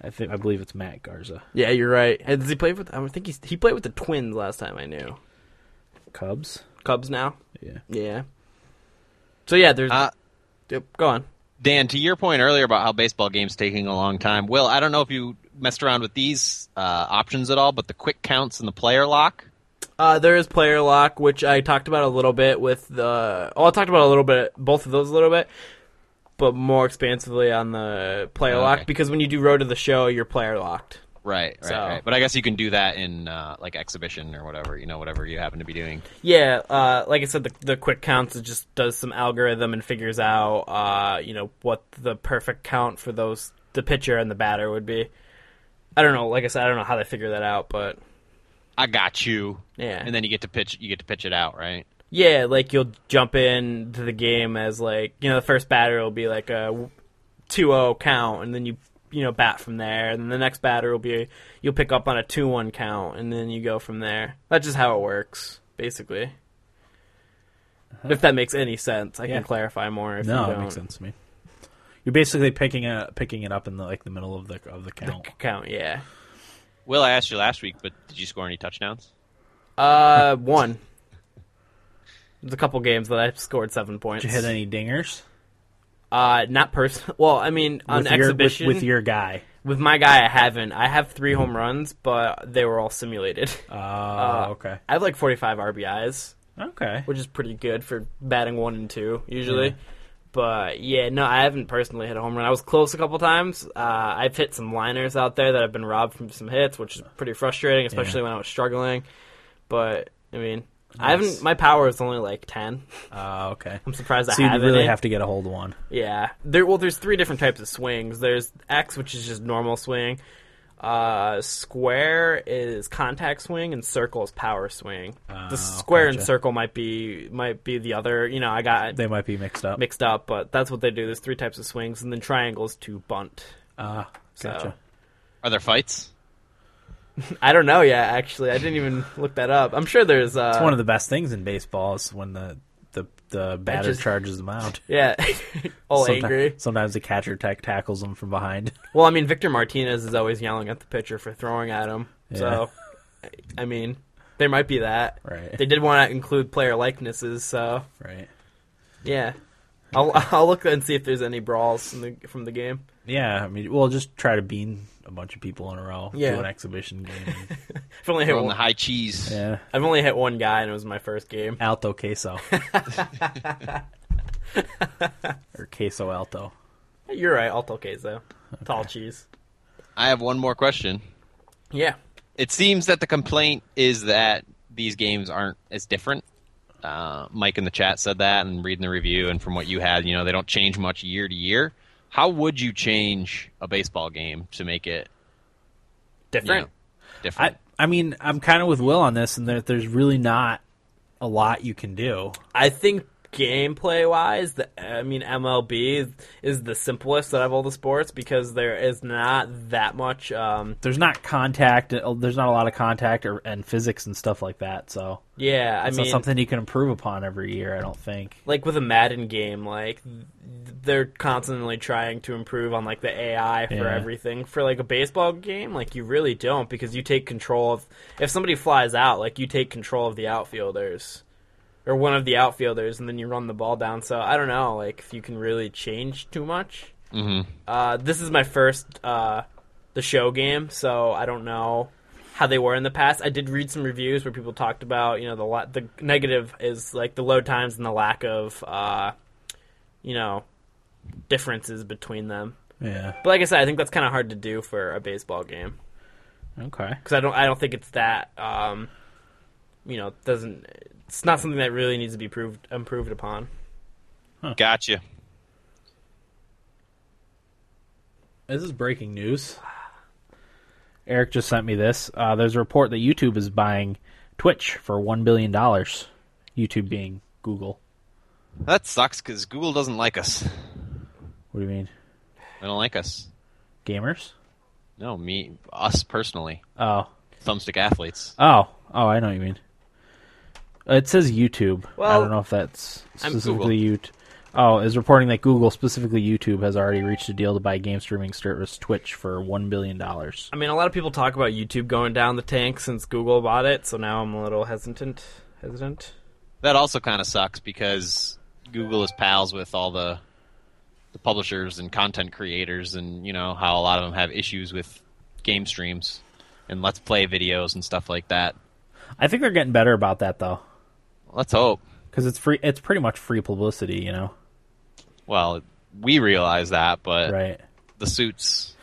I think I believe it's Matt Garza.
Yeah, you're right. And does he play with? I don't think he's he played with the Twins last time I knew.
Cubs.
Cubs now.
Yeah.
Yeah. So yeah, there's.
Uh,
yep, go on.
Dan, to your point earlier about how baseball games taking a long time, Will, I don't know if you messed around with these uh, options at all, but the quick counts and the player lock.
Uh, there is player lock, which I talked about a little bit with the. Oh, I talked about a little bit, both of those a little bit, but more expansively on the player
Okay.
lock because when you do road to the show, you're player locked.
Right, right,
So-
right. But I guess you can do that in uh, like exhibition or whatever, you know, whatever you happen to be doing.
Yeah, uh, like I said, the, the quick counts it just does some algorithm and figures out, uh, you know, what the perfect count for those the pitcher and the batter would be. I don't know. Like I said, I don't know how they figure that out, but
I got you.
Yeah.
And then you get to pitch you get to pitch it out, right?
yeah, like you'll jump into the game as like you know the first batter will be like a 2-0 count, and then you you know bat from there, and then the next batter will be you'll pick up on a two one count, and then you go from there. That's just how it works, basically. If that makes any sense, I
Uh-huh. Yeah.
can clarify more. If you
No, it
don't.
makes sense to me. You're basically picking a, picking it up in the like the middle of the of the count.
Count, yeah.
Will, I asked you last week, but did you score any touchdowns?
Uh, one. There's a couple games that I scored seven points.
Did you hit any dingers
Uh, not person. Well, I mean, on
with your, with,
exhibition
with your guy?
with my guy, I haven't. I have three home runs, but they were all simulated.
Oh,
Uh,
okay,
I have like 45 RBIs,
okay.
which is pretty good for batting one and two usually.
Yeah.
But yeah, no, I haven't personally hit a home run. I was close a couple times. Uh, I've hit some liners out there that have been robbed from some hits, which is pretty frustrating, especially when I was struggling. But I mean, I haven't. My power is only like ten.
Uh, okay.
I'm surprised I
So you
have
really
any.
have to get a hold of one.
Yeah. There well there's three different types of swings. There's X which is just normal swing. Uh square is contact swing and circle is power swing. the square and
Ah, gotcha.
circle might be might be the other, you know, I got
They might be mixed up.
mixed up, but that's what they do. There's three types of swings and then triangles to bunt.
Ah, gotcha.
Are there fights?
I don't know yet actually. I didn't even look that up. I'm sure there's uh
It's one of the best things in baseball is when the the, the batter
just-
charges the mound.
yeah, all
Someti-
angry.
Sometimes the catcher tech tackles them from behind.
Well, I mean, Victor Martinez is always yelling at the pitcher for throwing at him. So, I mean, there might be that.
Right.
They did want to include player likenesses, so
right.
yeah. I'll I'll look and see if there's any brawls from the from the game.
Yeah, I mean, we'll just try to bean a bunch of people in a row.
Yeah.
Do an exhibition game.
I've only hit
Throwing the
one,
high cheese.
yeah.
I've only hit one guy, and it was my first game.
Alto queso. or queso alto.
You're right, Alto Queso, tall cheese.
I have one more question.
Yeah,
It seems that the complaint is that these games aren't as different. Uh, Mike in the chat said that, and reading the review, and from what you had, you know, they don't change much year to year. How would you change a baseball game to make it you
different.
know, different?
I I mean, I'm kind of with Will on this, and that there's really not a lot you can do.
I think gameplay wise, the I mean MLB is, is the simplest out of all the sports because there is not that much. Um,
There's not contact. uh, There's not a lot of contact or, and physics and stuff like that. So
yeah, I
it's
mean
not something you can improve upon every year. I don't think.
like with a Madden game, like th- they're constantly trying to improve on like the AI for
Yeah.
everything. For like a baseball game, like you really don't because you take control of if somebody flies out, like you take control of the outfielders or one of the outfielders, and then you run the ball down. So I don't know, like if you can really change too much. Mm-hmm. Uh, this is my first uh, the show game, so I don't know how they were in the past. I did read some reviews where people talked about you know the la- the negative is like the load times and the lack of uh, you know differences between them.
Yeah.
But like I said, I think that's kind of hard to do for a baseball game
Okay.
because I don't I don't think it's that um, you know doesn't it's not something that really needs to be proved improved upon.
gotcha.
This is breaking news. Eric just sent me this. Uh, there's a report that YouTube is buying Twitch for one billion dollars. YouTube being Google.
That sucks because Google doesn't like us. They
What do you mean,
don't like us.
gamers?
No, me, us personally,
Oh,
thumbstick athletes.
oh, oh! I know what you mean. Uh, It says YouTube. I
Well,
don't know if that's
I'm
specifically YouTube. Oh, is reporting that Google, specifically YouTube, has already reached a deal to buy game streaming service Twitch for one billion dollars.
I mean, a lot of people talk about YouTube going down the tank since Google bought it, so now I'm a little hesitant. Hesitant.
That also kind of sucks because Google is pals with all the the publishers and content creators, and you know how a lot of them have issues with game streams and let's play videos and stuff like that.
I think they're getting better about that though,
Let's hope.
because it's free. It's pretty much free publicity, you know,
Well, we realize that, but
right?
the suits,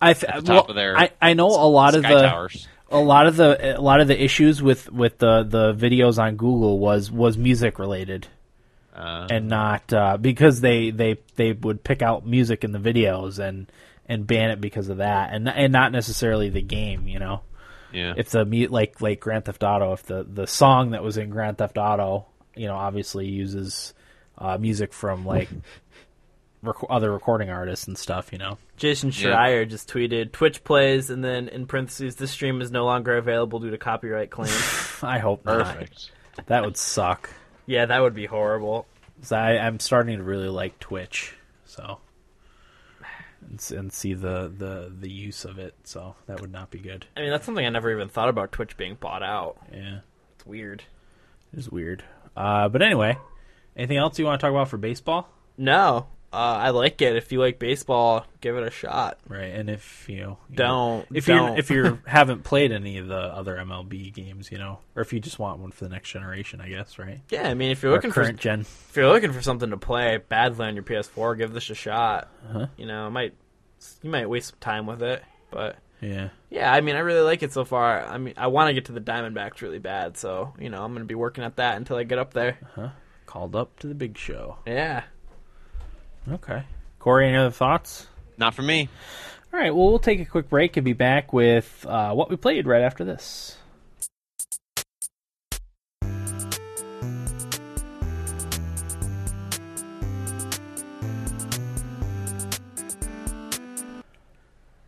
I th-
at the
well,
top of their
I, I know a lot of
sky
the
towers.
a lot of the a lot of the issues with with the the videos on Google was was music related
Uh,
and not uh, because they they they would pick out music in the videos and and ban it because of that and and not necessarily the game, you know.
yeah.
If the mu- like like Grand Theft Auto, if the the song that was in Grand Theft Auto, you know, obviously uses uh, music from like rec- other recording artists and stuff, you know.
Jason Schreier just tweeted Twitch plays, and then in parentheses, this stream is no longer available due to copyright claims.
I hope not.
Perfect.
That would suck.
yeah, that would be horrible.
So I, I'm starting to really like Twitch, so and, s- and see the, the the use of it. So that would not be good.
I mean, that's something I never even thought about Twitch being bought out.
Yeah,
It's weird.
it's weird. Uh, but anyway, anything else you want to talk about for baseball?
No. uh, I like it. If you like baseball, give it a shot.
right? And if you know, you-
Don't
if
don't.
you if you haven't played any of the other MLB games, you know, or if you just want one for the next generation, I guess, right?
yeah, I mean, if you're
Or
looking for
current gen.
if you're looking for something to play badly on your PS4, give this a shot.
Uh-huh.
You know, it might you might waste some time with it, but
Yeah.
yeah, I mean, I really like it so far. I mean, I want to get to the Diamondbacks really bad, so you know, I'm gonna be working at that until I get up there.
Called up to the big show.
Yeah,
Okay. Corey, any other thoughts?
Not for me.
All right. Well, we'll take a quick break and be back with uh, what we played right after this.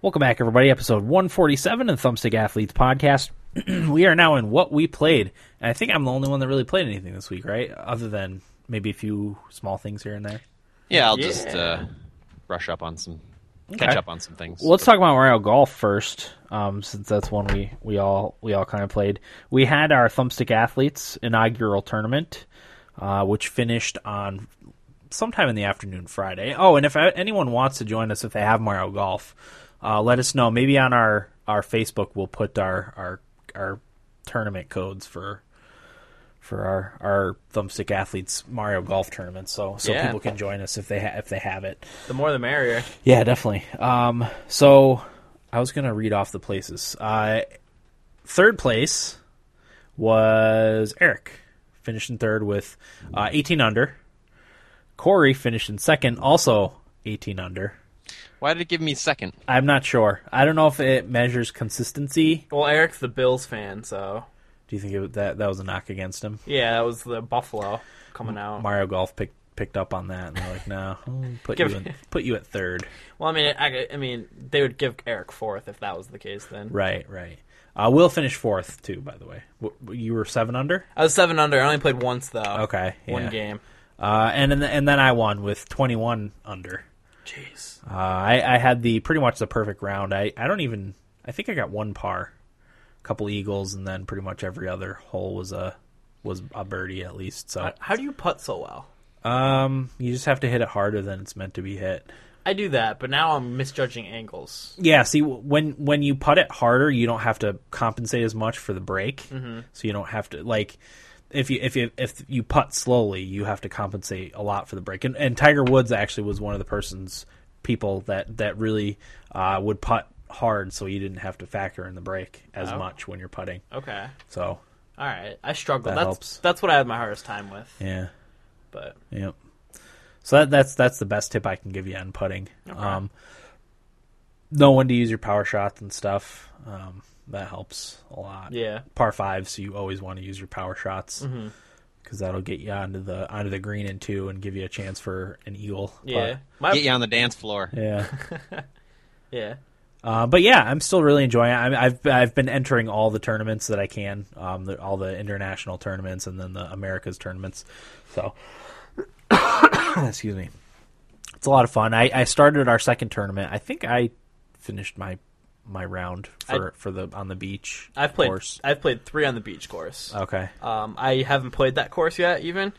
Welcome back, everybody. Episode 147 of the Thumbstick Athletes podcast. we are now in what we played. And I think I'm the only one that really played anything this week, right? Other than maybe a few small things here and there.
Yeah, I'll just
Yeah.
uh, brush up on some, catch up on some things.
Well, let's talk about Mario Golf first, um, since that's one we, we all we all kind of played. We had our Thumbstick Athletes inaugural tournament, uh, which finished on sometime in the afternoon Friday. Oh, and if uh, anyone wants to join us, if they have Mario Golf, uh, let us know. Maybe on our, our Facebook, we'll put our our our tournament codes for for our our Thumbstick Athletes Mario Golf tournament, so so
Yeah.
people can join us if they ha- if they have it.
the more the merrier.
Yeah, definitely. Um, so I was gonna read off the places. Uh, third place was Eric, finished in third with uh, 18 under. Corey finished in second, also 18 under.
Why did it give me second?
I'm not sure. I don't know if it measures consistency.
Well, Eric's the Bills fan, so
Do you think it, that that was a knock against him?
yeah, that was the Buffalo coming out.
Mario Golf picked picked up on that, and they're like, "No, we'll put you
Give-
in, put you at third.
Well, I mean, I, I mean, they would give Eric fourth if that was the case. Then
Right, right. Uh, Will finish fourth too. By the way, W- you were seven under.
I was seven under. I only played once though.
Okay,
one
yeah.
game.
Uh, and and and then I won with 21 under.
Jeez.
Uh, I, I had the pretty much the perfect round. I, I don't even I think I got one par, a couple eagles, and then pretty much every other hole was a was a birdie at least. So
Uh, How do you putt so well?
um, you just have to hit it harder than it's meant to be hit.
I do that, but now I'm misjudging angles.
Yeah, see when when you putt it harder, you don't have to compensate as much for the break. Mm-hmm. So you don't have to like if you if you if you putt slowly, you have to compensate a lot for the break. And, and Tiger Woods actually was one of the persons people that that really uh, would putt hard, so you didn't have to factor in the break as much when you're putting.
Okay.
So
All right. I struggle.
That
that's
helps.
that's what I had my hardest time with.
yeah.
But
Yep. So that, that's that's the best tip I can give you on putting. Um, know when to use your power shots and stuff. Um, that helps a lot.
Yeah.
Par five, so you always want to use your power shots because
Mm-hmm.
that'll get you onto the onto the green and two and give you a chance for an eagle.
yeah,
putt.
my
Get you on the dance floor.
Yeah.
yeah.
Uh, but yeah, I'm still really enjoying. It. I'm, I've I've been entering all the tournaments that I can, um, the, all the international tournaments and then the Americas tournaments. So, excuse me, it's a lot of fun. I, I started our second tournament. I think I finished my my round for, for the on the beach.
I've played.
course.
I've played three on the beach course.
Okay,
Um, I haven't played that course yet, even.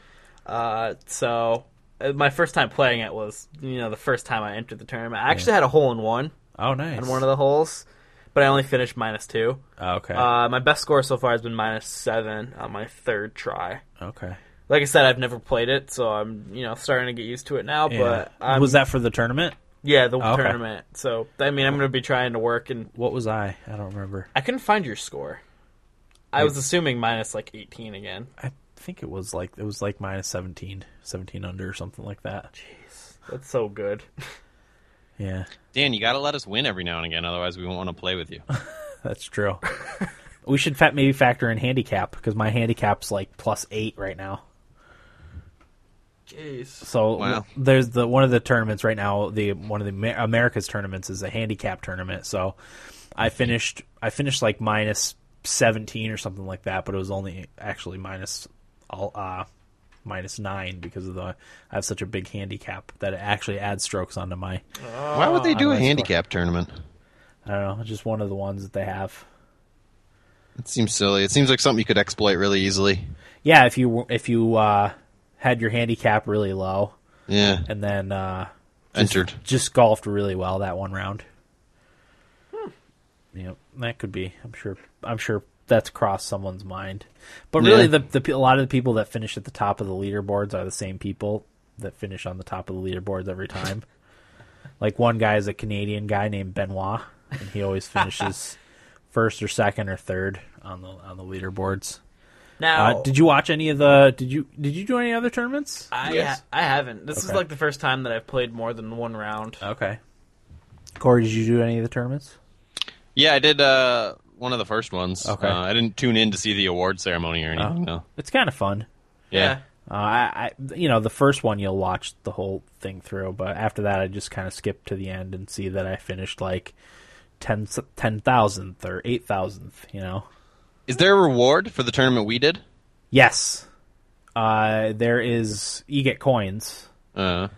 Uh, so uh, my first time playing it was, you know, the first time I entered the tournament. I actually had a hole in one
oh nice.
on one of the holes, but I only finished minus two.
okay,
Uh, my best score so far has been minus seven on my third try.
okay.
Like I said, I've never played it, so I'm you know starting to get used to it now.
Yeah.
But I'm,
was that for the tournament?
yeah the
Oh, okay.
tournament? So I mean, I'm going to be trying to work, and
What was I? I don't remember.
I couldn't find your score. I was assuming minus like 18 again.
I think it was like it was like minus 17, 17 under or something like that.
That's so good.
Yeah.
Dan, you got to let us win every now and again, otherwise we won't want to play with you.
That's true. we should fa- maybe factor in handicap because my handicap's like plus eight right now.
Jeez.
So
Wow.
there's the one of the tournaments right now. The one of the Amer- America's tournaments is a handicap tournament. So I finished I finished like minus seventeen or something like that, but it was only actually minus all uh minus nine because of the I have such a big handicap that it actually adds strokes onto my
Why would they do
a
a
nice
handicap tournament?
I don't know just one of the ones that they have.
It seems silly. It seems like something you could exploit really easily.
Yeah, if you if you uh, had your handicap really low,
Yeah.
and then uh,
entered.
Just golfed really well that one round. Yep, that could be. I'm sure. I'm sure that's crossed someone's mind. But really,
Yeah.
the, the a lot of the people that finish at the top of the leaderboards are the same people that finish on the top of the leaderboards every time. like one guy is a Canadian guy named Benoit, and he always finishes first or second or third on the on the leaderboards.
Now,
Oh.
Uh, did you watch any of the? Did you did you do any other tournaments?
I
Yes.
I haven't. This is
Okay. Uh,
like the first time that I've played more than one round.
Okay. Corey, did you do any of the tournaments?
Yeah, I did uh, one of the first ones.
Okay.
Uh, I didn't tune in to see the award ceremony or anything. No.
It's kind of fun.
Yeah.
Uh, I, I, you know, the first one you'll watch the whole thing through, but after that, I just kind of skip to the end and see that I finished like 10 ten thousandth or eight thousandth. You know.
Is there a reward for the tournament we did?
Yes. Uh, there is you get coins.
Uh,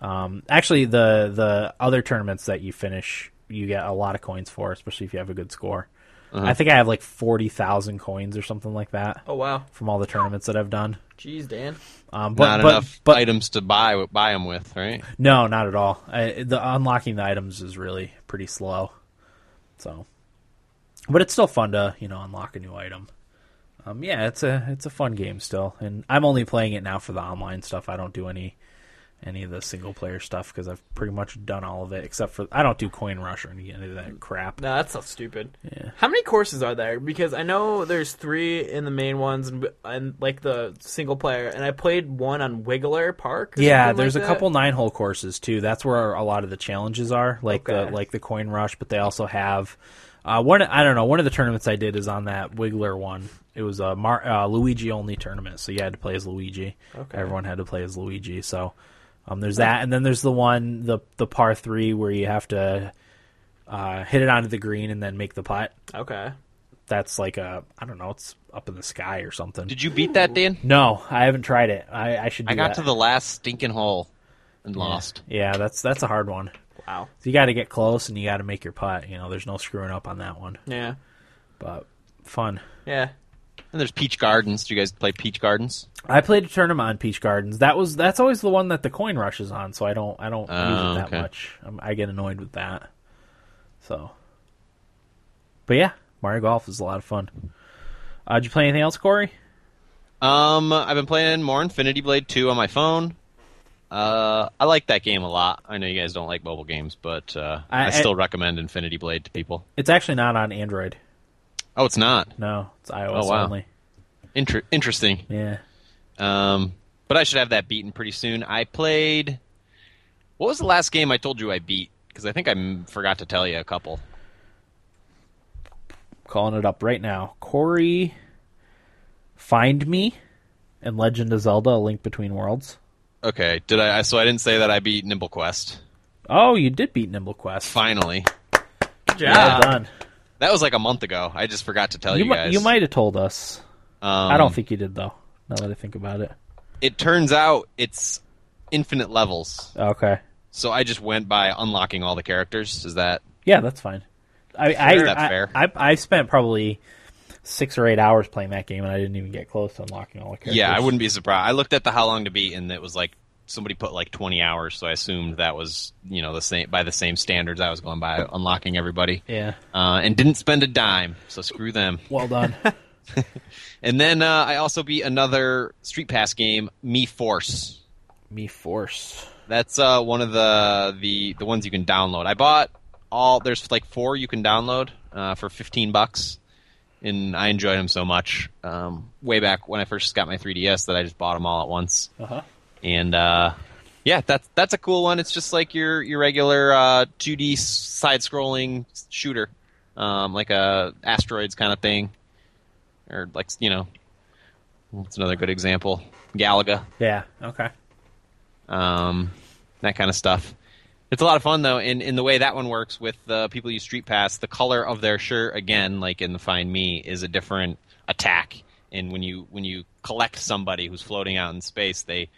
Um, actually, the the other tournaments that you finish, you get a lot of coins for, especially if you have a good score.
Uh-huh.
I think I have like forty thousand coins or something like that
Oh wow,
from all the tournaments that I've done.
jeez, Dan.
Um, but
not
but,
enough
but
items to buy buy them with, right?
No, not at all. I, the unlocking the items is really pretty slow. So, but it's still fun to you know unlock a new item. Um, yeah, it's a it's a fun game still, and I'm only playing it now for the online stuff. I don't do any any of the single player stuff because I've pretty much done all of it except for I don't do Coin Rush or any of that crap.
No, that's so stupid.
Yeah.
How many courses are there? Because I know there's three in the main ones and, and like the single player. And I played one on Wiggler Park. or
Yeah,
something
there's
like
a
that.
couple nine hole courses too. That's where a lot of the challenges are, like
Okay.
the like the coin rush. But they also have uh, one. I don't know. One of the tournaments I did is on that Wiggler one. It was a Mar- uh, Luigi only tournament, so you had to play as Luigi.
Okay.
Everyone had to play as Luigi. So um, there's that, and then there's the one the the par three where you have to uh, hit it onto the green and then make the putt.
Okay.
That's like a I don't know. It's up in the sky or something.
Did you beat that, Dan?
no, I haven't tried it. I, I should. Do
I got
that.
to the last stinking hole and lost.
Yeah, that's that's a hard one.
Wow.
So you got to get close and you got to make your putt. You know, there's no screwing up on that one.
Yeah.
But fun.
Yeah.
And there's Peach Gardens. Do you guys play Peach Gardens?
I played a tournament on Peach Gardens. That was that's always the one that the coin rush is on. So I don't I don't
Oh,
use it that
okay.
much. i I get annoyed with that. So, but yeah, Mario Golf is a lot of fun. Uh, did you play anything else, Corey?
Um, I've been playing more Infinity Blade 2 on my phone. Uh, I like that game a lot. I know you guys don't like mobile games, but uh, I,
I- I-
still recommend Infinity Blade to people.
It's actually not on Android.
Oh, it's not
No, it's iOS
Oh, wow.
only.
Inter- interesting.
Yeah.
Um, but I should have that beaten pretty soon. I played. What was the last game I told you I beat? Because I think I m- forgot to tell you a couple.
calling it up right now. Corey, Find Me, and Legend of Zelda: A Link Between Worlds.
Okay, did I? So I didn't say that I beat Nimble Quest.
Oh, you did beat Nimble Quest.
Finally,
Good job.
Well done.
that was like a month ago. I just forgot to tell you,
You, mi-
guys.
you might have told us.
Um,
I don't think you did though. Now that I think about it.
it turns out it's infinite levels.
Okay.
So I just went by unlocking all the characters. Is that
Yeah, that's fine. I I,
Is that
I,
fair?
I I spent probably six or eight hours playing that game, and I didn't even get close to unlocking all the characters.
Yeah, I wouldn't be surprised. I looked at the how long to beat, and it was like somebody put like 20 hours, so I assumed that was you know the same by the same standards I was going by unlocking everybody,
Yeah.
uh, and didn't spend a dime, so screw them.
Well done.
And then uh, I also beat another Street Pass game, Me Force.
Me force.
That's uh, one of the the the ones you can download. I bought all. There's like four you can download uh, for 15 bucks, and I enjoyed them so much. Um, way back when I first got my 3DS, that I just bought them all at once.
Uh huh.
and uh, yeah, that's that's a cool one. It's just like your your regular uh, 2D side scrolling shooter, um, like a asteroids kind of thing, or like you know, that's another good example, Galaga,
Yeah. Okay.
um, that kind of stuff. It's a lot of fun though, and in the way that one works with the people you street pass, the color of their shirt again, like in the Find Me, is a different attack. And when you when you collect somebody who's floating out in space, they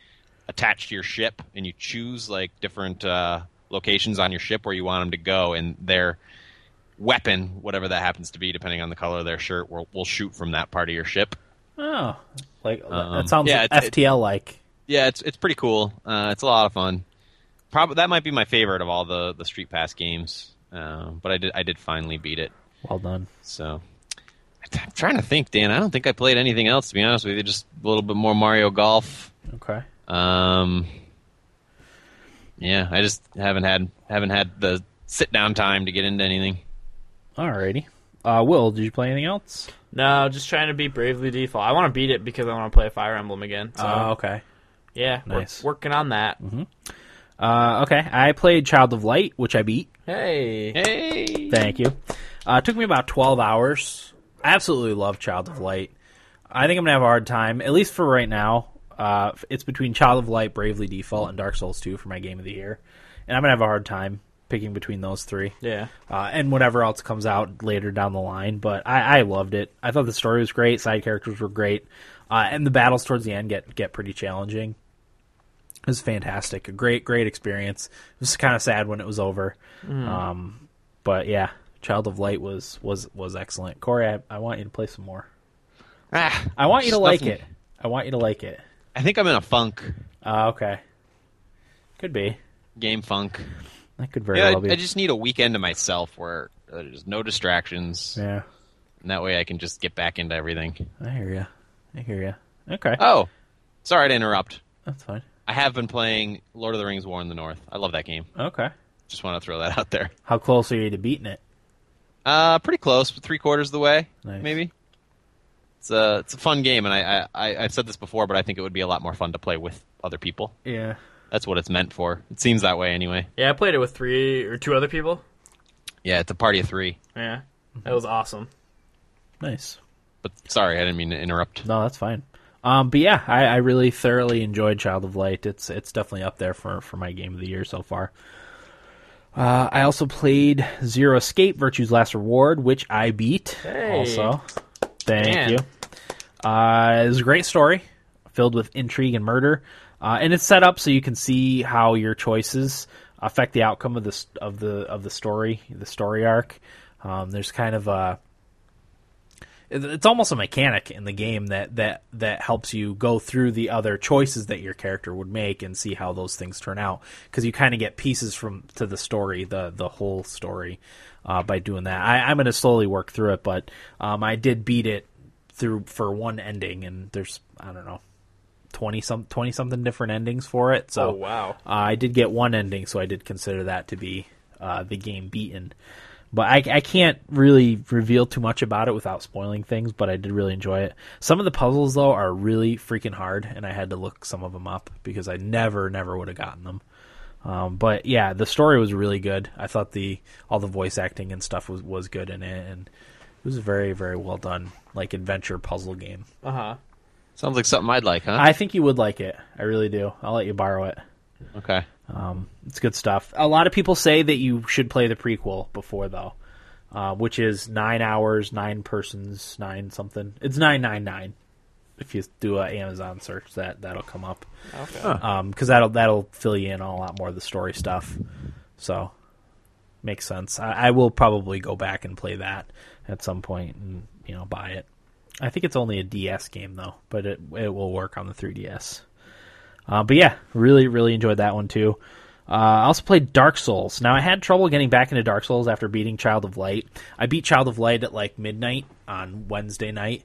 attach to your ship, and you choose like different uh, locations on your ship where you want them to go, and their weapon, whatever that happens to be, depending on the color of their shirt, will will shoot from that part of your ship.
Oh, like
Um,
that sounds
yeah, it's-
FTL like.
Yeah, it's it's pretty cool. Uh, it's a lot of fun. Probably that might be my favorite of all the the Street Pass games. Uh, but I did I did finally beat it.
Well done.
So I'm trying to think, Dan. I don't think I played anything else to be honest with you. Just a little bit more Mario Golf.
Okay.
Um, yeah, I just haven't had haven't had the sit down time to get into anything.
Alrighty. Uh, Will, did you play anything else?
No, just trying to beat Bravely Default. I want to beat it because I want to play Fire Emblem again. So
Uh,
okay.
yeah, we're
Oh, nice. Mm-hmm.
working on that.
Uh, okay. I played Child of Light, which I beat.
Hey,
Hey,
Thank you. Uh, it took me about 12 hours. I absolutely love Child of Light. I think I'm going to have a hard time, at least for right now. Uh, it's between Child of Light, Bravely Default, and Dark Souls 2 for my game of the year. And I'm going to have a hard time picking between those three.
yeah,
Uh, and whatever else comes out later down the line. But I, I loved it. I thought the story was great. Side characters were great. Uh, and the battles towards the end get, get pretty challenging. It was fantastic. A great, great experience. It was kind of sad when it was over. Um, but yeah, Child of Light was was was excellent. Corey, I, I want you to play some more.
ah,
I want you to
just
like
nothing-
it. I want you to like it.
I think I'm in a funk
Uh, okay, could be.
game funk.
That could very
Yeah,
well be.
I, I just need a weekend to myself where uh, there's no distractions,
yeah,
and that way I can just get back into everything.
I hear you. I hear you. Okay,
Oh, sorry to interrupt.
that's fine.
I have been playing Lord of the Rings: War in the North. I love that game.
Okay.
Just want to throw that out there.
How close are you to beating it?
Uh, pretty close, but three quarters of the way,
Nice.
maybe. It's a it's a fun game, and I, I I- I've said this before, but I think it would be a lot more fun to play with other people.
Yeah.
That's what it's meant for. It seems that way anyway.
yeah. I played it with three or two other people.
Yeah, it's a party of three.
Yeah, that was awesome.
Nice.
But sorry, I didn't mean to interrupt.
No, that's fine. Um, but yeah, I, I really thoroughly enjoyed Child of Light. It's it's definitely up there for, for my game of the year so far. Uh, I also played Zero Escape: Virtue's Last Reward, which I beat.
Hey.
Also, thank
Man.
you. Uh, it was a great story, filled with intrigue and murder, uh, and it's set up so you can see how your choices affect the outcome of the s- of the of the story, the story arc. Um, there's kind of a it- it's almost a mechanic in the game that that that helps you go through the other choices that your character would make and see how those things turn out because you kind of get pieces from to the story the the whole story uh, by doing that I, i'm going to slowly work through it but um, i did beat it through for one ending and there's i don't know 20 some 20 something different endings for it so
Oh, wow.
uh, I did get one ending, so I did consider that to be uh, the game beaten. But I, I can't really reveal too much about it without spoiling things. But I did really enjoy it. Some of the puzzles though are really freaking hard, and I had to look some of them up because I never, never would have gotten them. Um, but yeah, the story was really good. I thought the all the voice acting and stuff was was good in it, and it was a very, very well done like adventure puzzle game.
Uh huh.
Sounds like something I'd like, huh?
I think you would like it. I really do. I'll let you borrow it.
okay.
It's good stuff. A lot of people say that you should play the prequel before, though, uh, which is nine hours, nine persons, nine something. It's nine nine nine. If you do a Amazon search, that that'll come up
Okay.
because that'll that'll fill you in on a lot more of the story stuff. So makes sense. I, I will probably go back and play that at some point and you know buy it. I think it's only a DS game though, but it it will work on the 3DS. Uh, but yeah, really really enjoyed that one too. Uh, I also played Dark Souls. Now I had trouble getting back into Dark Souls after beating Child of Light. I beat Child of Light at like midnight on Wednesday night,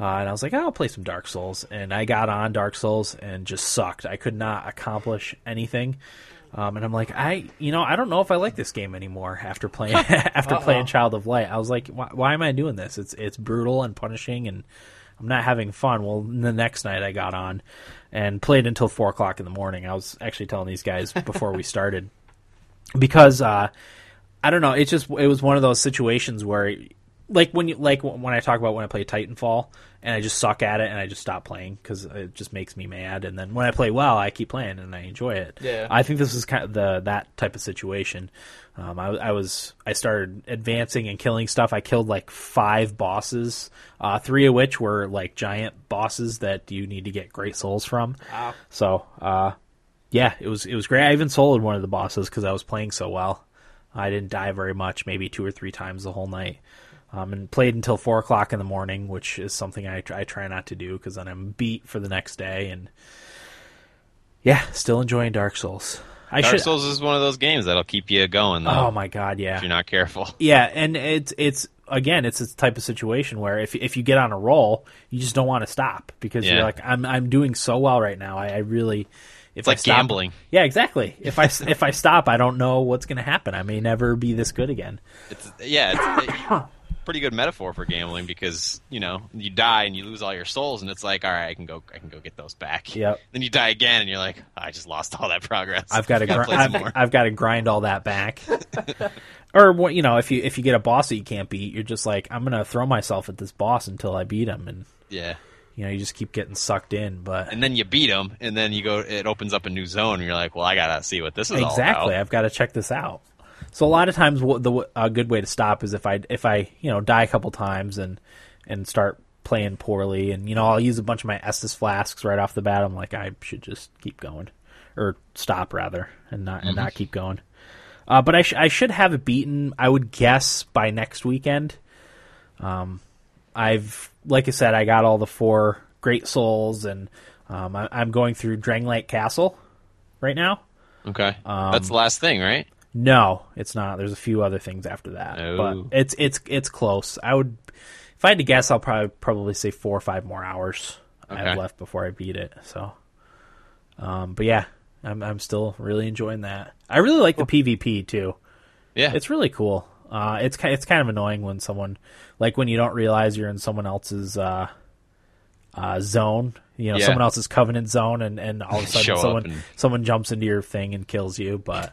uh, and I was like, "Oh, I'll play some Dark Souls. And I got on Dark Souls and just sucked. I could not accomplish anything. Um, and I'm like, I, you know, I don't know if I like this game anymore after playing after playing Child of Light. I was like, why, why am I doing this? It's it's brutal and punishing, and I'm not having fun. Well, the next night I got on and played until four o'clock in the morning. I was actually telling these guys before we started because uh, I don't know. It's just it was one of those situations where, like when you like when I talk about when I play Titanfall and I just suck at it and I just stop playing because it just makes me mad. And then when I play well, I keep playing and I enjoy it.
Yeah.
I think this is kind of the that type of situation. Um, I, I was I started advancing and killing stuff. I killed like five bosses, uh, three of which were like giant bosses that you need to get great souls from.
Wow.
So uh, yeah, it was it was great. I even soloed one of the bosses because I was playing so well. I didn't die very much, maybe two or three times the whole night, um, and played until four o'clock in the morning, which is something I, tr- I try not to do because then I'm beat for the next day. And yeah, still enjoying Dark Souls. I
Dark
should.
Souls is one of those games that'll keep you going
oh
though,
my god,
if
yeah,
you're not careful.
yeah, and it's it's again, it's this type of situation where if if you get on a roll, you just don't want to stop because you're
Yeah.
like, I'm I'm doing so well right now. I, I really, if
It's like
I stop-
gambling.
Yeah, exactly. If I if I stop, I don't know what's going to happen. I may never be this good again.
It's yeah, it's a pretty good metaphor for gambling because you know you die and you lose all your souls, and it's like, all right, I can go, I can go get those back.
Yep.
Then you die again, and you're like, "Oh, I just lost all that progress.
I've got to
Gotta
gr-
play some
I've,
more.
I've got to grind all that back. or what you know, if you if you get a boss that you can't beat, you're just like I'm gonna throw myself at this boss until I beat him, and
Yeah.
you know you just keep getting sucked in. But
And then you beat them, and then you go. It opens up a new zone, and you're like, well, I gotta see what this is all about.
exactly, I've got to check this out. So a lot of times, what the w- a good way to stop is if I if I you know die a couple times and and start playing poorly, and you know I'll use a bunch of my Estus flasks right off the bat. I'm like I should just keep going, or stop rather, and not and not keep going. Uh, but I, sh- I should have it beaten, I would guess, by next weekend. Um, I've, like I said, I got all the four Great Souls, and um, I- I'm going through Dranglight Castle right now.
Okay.
Um,
That's the last thing, right?
No, it's not. There's a few other things after that,
Oh.
but it's it's it's close. I would, if I had to guess, I'll probably probably say four or five more hours I have
Okay.
left before I beat it. So, um, but yeah, I'm I'm still really enjoying that. I really like the PvP too.
Yeah.
It's really cool. Uh, it's ki- it's kind of annoying when someone like when you don't realize you're in someone else's uh, uh, zone, you know,
Yeah.
someone else's covenant zone, and, and all of a sudden
Show up
someone
and-
someone jumps into your thing and kills you. But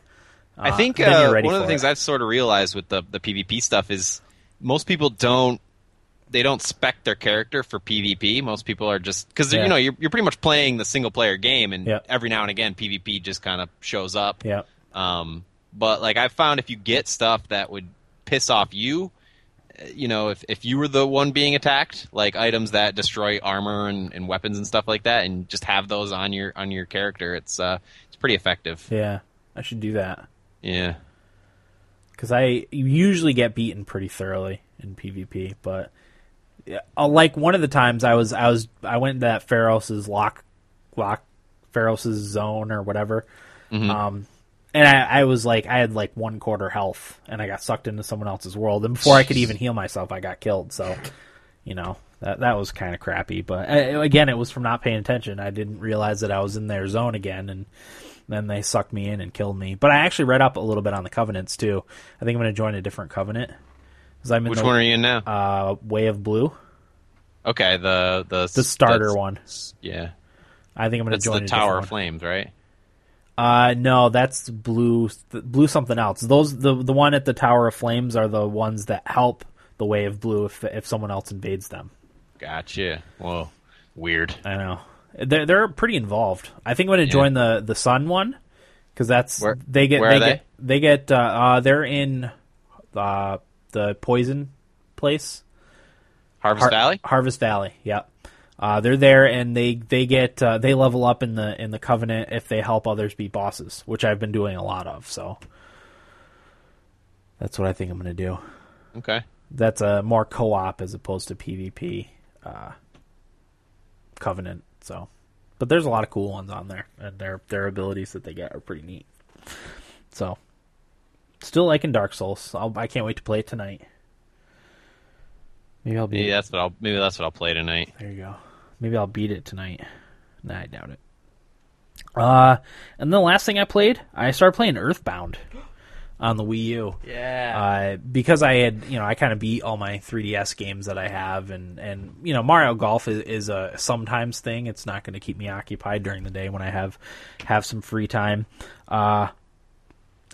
I think
then you're
uh,
ready
one
for
of the things
it.
I've sort of realized with the the PvP stuff is most people don't they don't spec their character for PvP. Most people are just because
Yeah.
you know you're, you're pretty much playing the single player game, and
Yep.
every now and again PvP just kind of shows up.
yeah,
Um, but like I found if you get stuff that would piss off you, uh, you know, if if you were the one being attacked, like items that destroy armor and, and weapons and stuff like that, and just have those on your on your character, it's uh it's pretty effective.
yeah, I should do that
yeah.
because I usually get beaten pretty thoroughly in PvP. But yeah, uh, like one of the times I was I was I went into that Pharos's lock lock Pharos's zone or whatever.
Mm-hmm.
Um, and I, I was like, I had like one quarter health, and I got sucked into someone else's world. And before I could even heal myself, I got killed. So, you know, that that was kind of crappy. But uh, again, it was from not paying attention. I didn't realize that I was in their zone again, and then they sucked me in and killed me. But I actually read up a little bit on the covenants too. I think I'm going to join a different covenant because I'm in
Which
the
one are you in now?
uh, Way of Blue,
okay, the the
the starter one.
Yeah,
I think I'm going to
that's
join
the
a
Tower
different
of
one.
Flames, right?
Uh, no, that's blue, th- blue something else. Those the the one at the Tower of Flames are the ones that help the Way of Blue if if someone else invades them.
Gotcha. Whoa, weird.
I know they're they're pretty involved. I think I'm going to join the the Sun one because that's
Where-
they get
where
they,
are they?
get they get uh, uh they're in uh the poison place
Harvest
Har-
Valley.
Harvest Valley. Yep. Uh, they're there and they they get uh, they level up in the in the covenant if they help others beat bosses, which I've been doing a lot of. So that's what I think I'm gonna do.
Okay.
That's a more co-op as opposed to PvP uh, covenant. So, but there's a lot of cool ones on there, and their their abilities that they get are pretty neat. So, still liking Dark Souls. I'll, I can't wait to play it tonight. Maybe I'll be
Maybe that's what I'll maybe that's what I'll play tonight.
there you go. Maybe I'll beat it tonight. Nah, I doubt it. Uh, and the last thing I played, I started playing Earthbound on the Wii U.
Yeah.
Uh, because I had, you know, I kind of beat all my 3DS games that I have, and and you know, Mario Golf is, is a sometimes thing. It's not going to keep me occupied during the day when I have have some free time. Uh,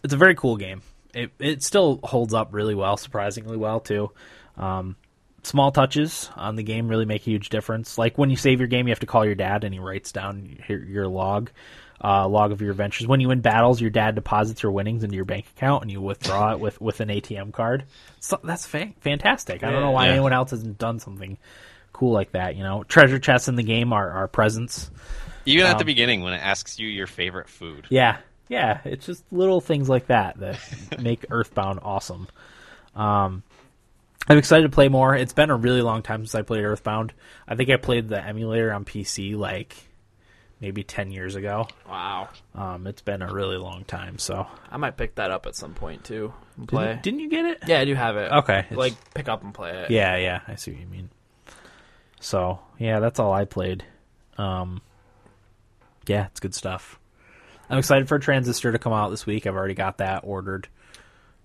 it's a very cool game. It it still holds up really well, surprisingly well too. Um, small touches on the game really make a huge difference. Like when you save your game, you have to call your dad, and he writes down your, your log, uh, log of your adventures. When you win battles, your dad deposits your winnings into your bank account, and you withdraw it with with an ATM card. So that's fa- fantastic. I don't know why
Yeah.
anyone else hasn't done something cool like that. You know, treasure chests in the game are are presents.
Even at the
Um,
beginning when it asks you your favorite food.
Yeah, yeah. It's just little things like that that make Earthbound awesome. Um, I'm excited to play more. It's been a really long time since I played Earthbound. I think I played the emulator on PC like maybe ten years ago.
Wow.
Um, it's been a really long time. So
I might pick that up at some point too. And
didn't,
play.
didn't you get it?
yeah, I do have it.
Okay, it's-
Like pick up and play it.
Yeah, yeah, I see what you mean. So yeah, that's all I played. Um, yeah, it's good stuff. I'm excited for Transistor to come out this week. I've already got that ordered.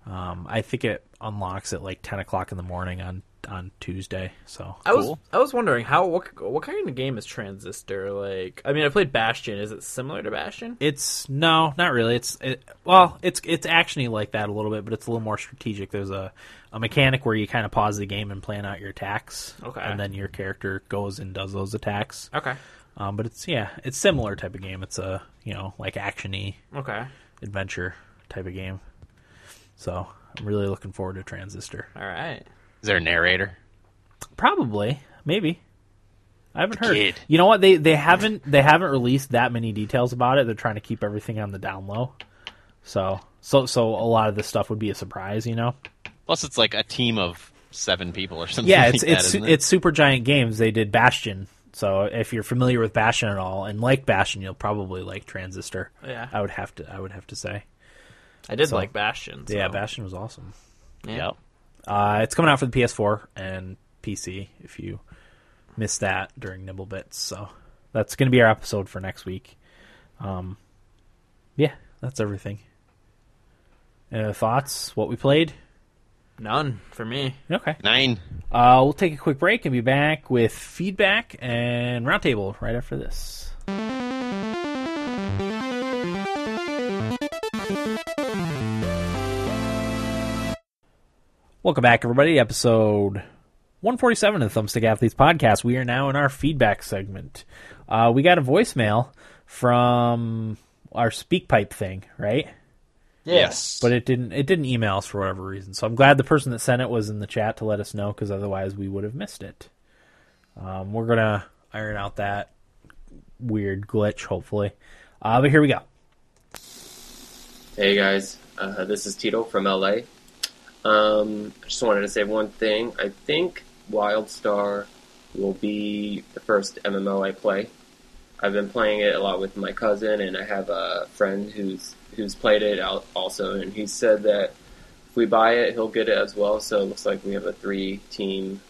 Um, I think it unlocks at like 10 o'clock in the morning on on Tuesday. So
I was
Cool.
I was wondering how what what kind of game is Transistor like? I mean, I played Bastion. Is it similar to Bastion?
It's no, not really. It's it, well, it's it's actiony like that a little bit, but it's a little more strategic. There's a, a mechanic where you kind of pause the game and plan out your attacks,
Okay.
and then your character goes and does those attacks.
Okay.
Um, but it's yeah, it's similar type of game. It's a you know like actiony
Okay.
adventure type of game. So I'm really looking forward to Transistor.
All right.
Is there a narrator?
Probably, maybe. I haven't
The
heard.
kid.
You know what? They they haven't they haven't released that many details about it. They're trying to keep everything on the down low. So so so a lot of this stuff would be a surprise, you know.
Plus, it's like a team of seven people or something.
Yeah,
like
it's
that,
it's
isn't it?
it's Super Giant Games. They did Bastion. So if you're familiar with Bastion at all and like Bastion, you'll probably like Transistor.
Yeah.
I would have to I would have to say.
I did
So-
like Bastion. so-
Yeah, Bastion was awesome.
Yeah.
Yep.
Uh, it's coming out for the PS4 and PC if you missed that during Nibble Bits. So that's going to be our episode for next week. Um, yeah, that's everything. Uh, thoughts? What we played?
None for me.
Okay.
Nine.
Uh, we'll take a quick break and be back with feedback and roundtable right after this. Welcome back, everybody. Episode 147 of the Thumbstick Athletes podcast. We are now in our feedback segment. Uh, we got a voicemail from our SpeakPipe thing, right?
Yes.
but it didn't it didn't email us for whatever reason so i'm glad the person that sent it was in the chat to let us know because otherwise we would have missed it um, we're gonna iron out that weird glitch hopefully uh, but here we go
Hey guys, uh, this is Tito from LA. Um, I just wanted to say one thing. I think Wildstar will be the first MMO I play. I've been playing it a lot with my cousin, and I have a friend who's who's played it al- also, and he said that if we buy it, he'll get it as well. So it looks like we have a three team,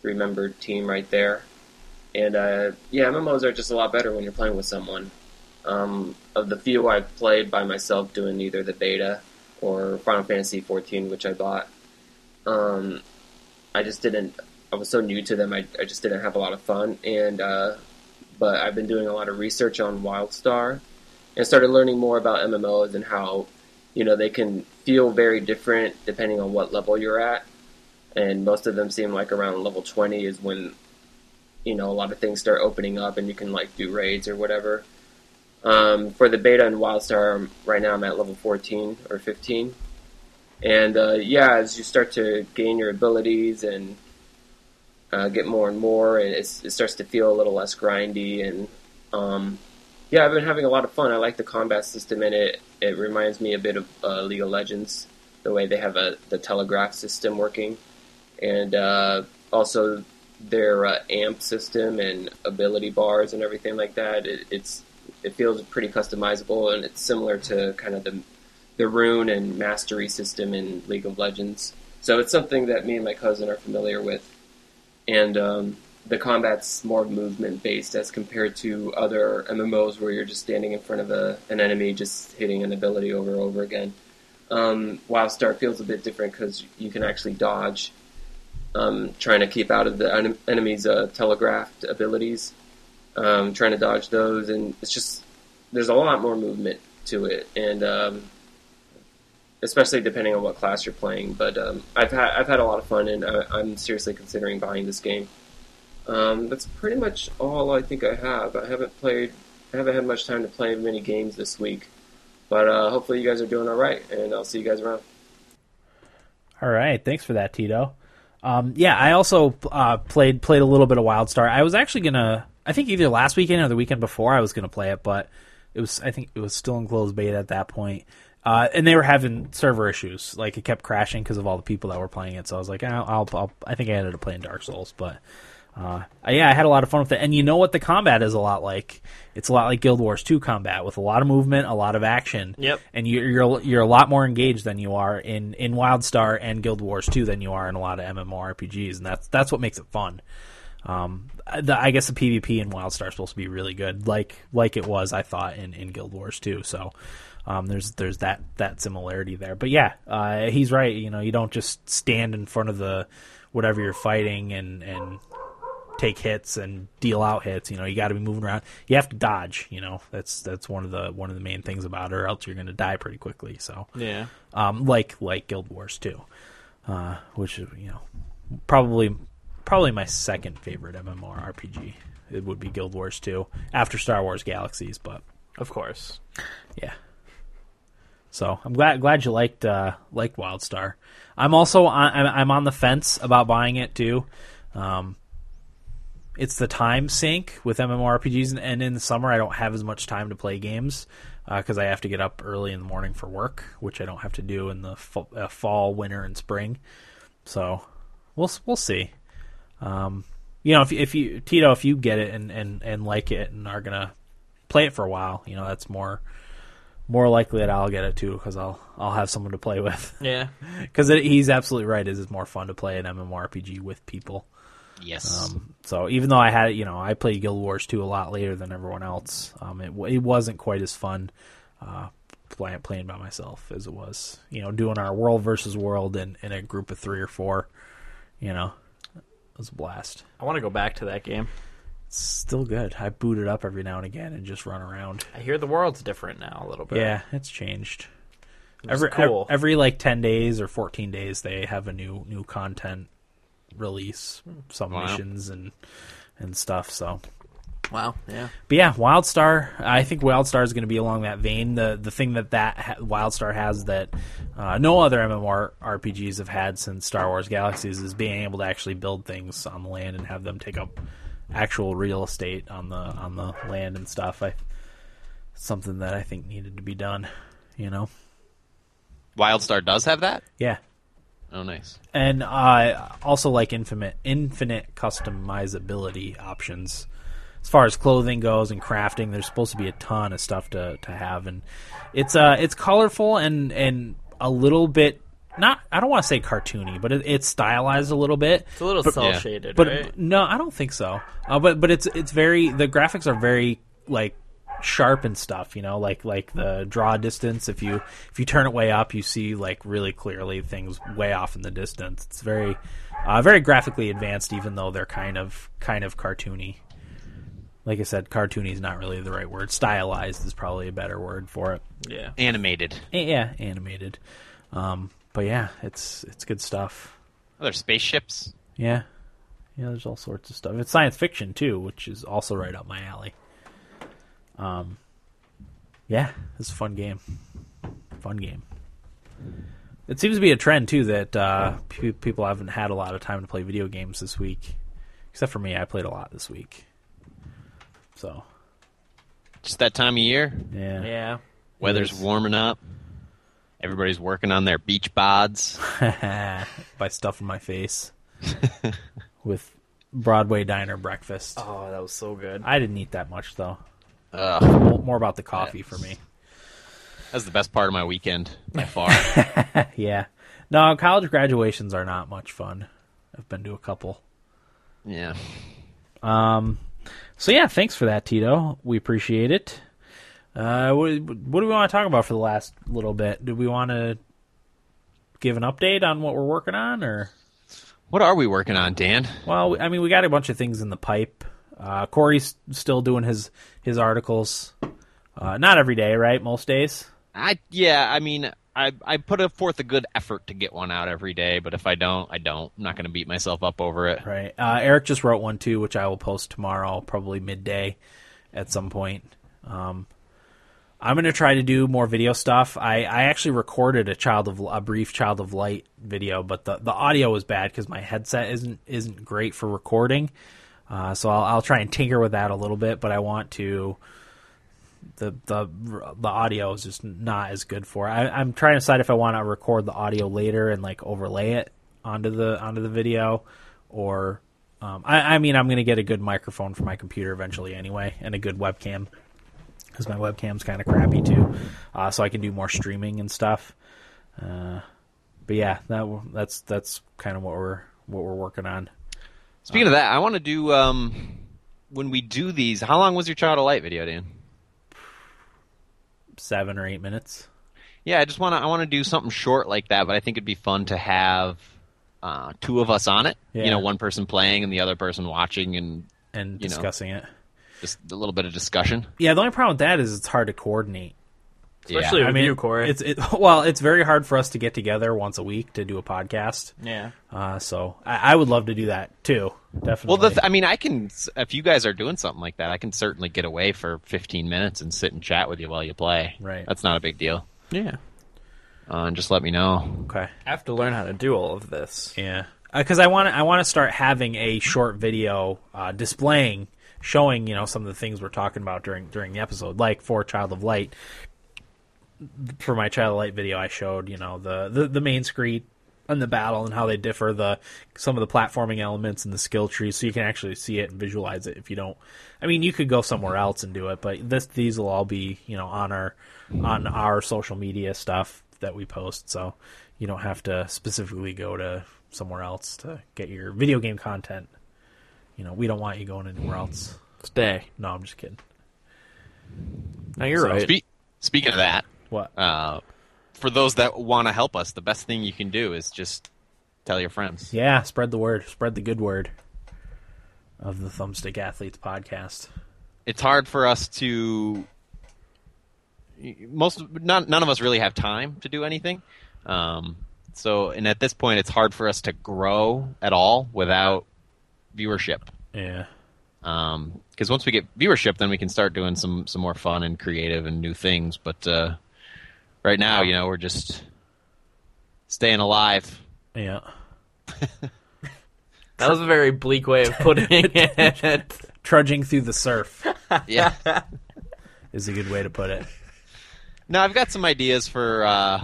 three member team right there. And uh, yeah, MMOs are just a lot better when you're playing with someone. Um, of the few I've played by myself, doing either the beta or Final Fantasy XIV, which I bought, um, I just didn't. I was so new to them, I, I just didn't have a lot of fun. And uh, but I've been doing a lot of research on WildStar and started learning more about MMOs and how you know they can feel very different depending on what level you're at. And most of them seem like around level 20 is when you know a lot of things start opening up and you can like do raids or whatever. Um, for the beta in WildStar, um, right now I'm at level 14 or 15. And uh, yeah, as you start to gain your abilities and uh, get more and more, and it's, it starts to feel a little less grindy. And um, yeah, I've been having a lot of fun. I like the combat system in it. It reminds me a bit of uh, League of Legends, the way they have a, the telegraph system working, and uh, also their uh, amp system and ability bars and everything like that. It, it's it feels pretty customizable and it's similar to kind of the the rune and mastery system in League of Legends. So it's something that me and my cousin are familiar with, and um, the combat's more movement based as compared to other MMOs where you're just standing in front of a, an enemy, just hitting an ability over and over again. Um, WoWstar feels a bit different because you can actually dodge, um, trying to keep out of the en- enemy's uh, telegraphed abilities um, trying to dodge those, and it's just there's a lot more movement to it, and um, especially depending on what class you're playing. But um, I've had I've had a lot of fun, and I, I'm seriously considering buying this game. Um, that's pretty much all I think I have. I haven't played, I haven't had much time to play many games this week, but uh, hopefully you guys are doing all right, and I'll see you guys around.
all right thanks for that tito um, yeah i also uh, played played a little bit of wildstar i was actually gonna i think either last weekend or the weekend before i was gonna play it but it was i think it was still in closed beta at that point uh, and they were having server issues like "Ah, it kept crashing because of all the people that were playing it so i was like I'll, I'll, I'll i think i ended up playing dark souls but Uh, yeah, I had a lot of fun with it. And you know what the combat is a lot like? It's a lot like Guild Wars 2 combat with a lot of movement, a lot of action.
Yep.
And you're you're, you're a lot more engaged than you are in, in WildStar and Guild Wars 2 than you are in a lot of MMORPGs, and that's that's what makes it fun. Um, the, I guess the PvP in WildStar is supposed to be really good, like like it was, I thought, in, in Guild Wars 2. So um, there's there's that that similarity there. But yeah, uh, he's right. You know, you don't just stand in front of the whatever you're fighting and and take hits and deal out hits. You know, you got to be moving around. You have to dodge. You know, that's that's one of the one of the main things about it, or else you're going to die pretty quickly. So
Yeah.
um, like like Guild Wars 2, uh, which is you know probably probably my second favorite MMORPG. It would be Guild Wars 2 after Star Wars Galaxies, but
Of course.
yeah. So I'm glad glad you liked uh, liked WildStar. I'm also on, I'm, I'm on the fence about buying it too. Um, it's the time sink with MMORPGs, and, and in the summer I don't have as much time to play games because I have to get up early in the morning for work, which I don't have to do in the fa- uh, fall, winter, and spring. So we'll s- we'll see. Um, you know, if you- if you Tito, if you get it and, and, and like it and are gonna play it for a while, you know that's more more likely that I'll get it too because I'll I'll have someone to play with.
Yeah.
Because he's absolutely right; it is more fun to play an MMORPG with people.
Yes.
Um, so even though I had, you know, I played Guild Wars 2 a lot later than everyone else, um, it, w- it wasn't quite as fun uh, play, playing by myself as it was, you know, doing our world versus world in, in a group of three or four, you know, it was a blast.
I want to go back to that game.
It's still good. I boot it up every now and again and just run around.
I hear the world's different now a little bit.
Yeah, it's changed.
is
Every ev-
cool.
every like ten days or fourteen days, they have a new new content release, some
Wow.
missions and and stuff. So
Wow. Yeah.
but yeah, WildStar. I think WildStar is going to be along that vein. The the thing that that ha- WildStar has that uh, no other MMORPGs have had since Star Wars Galaxies is being able to actually build things on the land and have them take up actual real estate on the on the land and stuff. I something that I think needed to be done. You know,
Wildstar does have that.
yeah.
Oh, nice.
and uh, also like infinite infinite customizability options as far as clothing goes and crafting. There's supposed to be a ton of stuff to, to have, and it's uh it's colorful and and a little bit not I don't want to say cartoony, but it, it's stylized a little bit.
It's a little
But-
cell shaded,
But
right?
no, I don't think so. Uh, but but it's it's very the graphics are very like sharp and stuff. You know, like like the draw distance. If you if you turn it way up, you see like really clearly things way off in the distance. It's very uh, very graphically advanced, even though they're kind of kind of cartoony. Like I said, cartoony is not really the right word. Stylized is probably a better word for it.
Yeah.
Animated.
A- Yeah, animated. Um, but yeah, it's it's good stuff.
Are there spaceships?
Yeah. Yeah, there's all sorts of stuff. It's science fiction too, which is also right up my alley. Um Yeah, it's a fun game. Fun game. It seems to be a trend too that uh, pe- people haven't had a lot of time to play video games this week, except for me. I played a lot this week, so
Just that time of year.
yeah.
Yeah.
Weather's
Yes.
warming up. Everybody's working on their beach bods.
by stuffing my face with Broadway diner breakfast.
Oh, that was so good.
I didn't eat that much though.
Ugh,
Mo- More about the coffee for me.
that's the best part of my weekend by far.
Yeah. No, college graduations are not much fun. I've been to a couple.
yeah.
So yeah, thanks for that, Tito. We appreciate it. Uh, what, what do we want to talk about for the last little bit? Do we want to give an update on what we're working on, or
What are we working on, Dan?
well, I mean, we got a bunch of things in the pipe. Uh, Corey's still doing his his articles. Uh, not every day, right? Most days.
I yeah, I mean, I I put forth a good effort to get one out every day, but if I don't, I don't. I'm not going to beat myself up over it.
Right. Uh, Eric just wrote one too, which I will post tomorrow, probably midday, at some point. Um, I'm gonna try to do more video stuff. I, I actually recorded a child of a brief child of light video, but the, the audio was bad because my headset isn't isn't great for recording. Uh, so I'll, I'll try and tinker with that a little bit, but I want to. The the the audio is just not as good for. It. I, I'm trying to decide if I want to record the audio later and like overlay it onto the onto the video, or Um, I, I mean, I'm going to get a good microphone for my computer eventually anyway, and a good webcam because my webcam's kind of crappy too, uh, so I can do more streaming and stuff. Uh, but yeah, that w- that's that's kind of what we're what we're working on.
Speaking of that, I want to do um, when we do these. How long was your Child of Light video, Dan?
Seven or eight minutes.
Yeah, I just want to. I want to do something short like that, but I think it'd be fun to have uh, two of us on it.
Yeah.
You know, one person playing and the other person watching, and
and
you know.
discussing it.
just a little bit of discussion.
Yeah, the only problem with that is it's hard to coordinate.
Especially
yeah.
with you, Corey.
It's it, well, it's very hard for us to get together once a week to do a podcast.
Yeah.
Uh, so I, I would love to do that too. Definitely.
Well, the th- I mean, I can. If you guys are doing something like that, I can certainly get away for 15 minutes and sit and chat with you while you play.
Right.
That's not a big deal.
Yeah.
Uh, and just let me know.
okay.
I have to learn how to do all of this.
Yeah, because I want to I want to start having a short video uh, displaying, showing you know some of the things we're talking about during during the episode, like for Child of Light. For my Child of Light video, I showed you know the the, the main screen and the battle and how they differ the some of the platforming elements and the skill tree so you can actually see it and visualize it if you don't i mean you could go somewhere else and do it but this these will all be you know on our on our social media stuff that we post so you don't have to specifically go to somewhere else to get your video game content you know we don't want you going anywhere else
Stay.
no i'm just kidding
No, you're right.
Spe- speaking of that,
what
uh, for those that want to help us, the best thing you can do is just tell your friends.
yeah spread the word spread the good word of the thumbstick athletes podcast
It's hard for us to. Most none, none of us really have time to do anything. Um, so, and at this point, it's hard for us to grow at all without viewership.
yeah
because Um, once we get viewership, then we can start doing some some more fun and creative and new things. But uh, right now, you know, we're just staying alive.
yeah
That was a very bleak way of putting it.
trudging through the surf
Yeah.
is a good way to put it
now I've got some ideas for uh,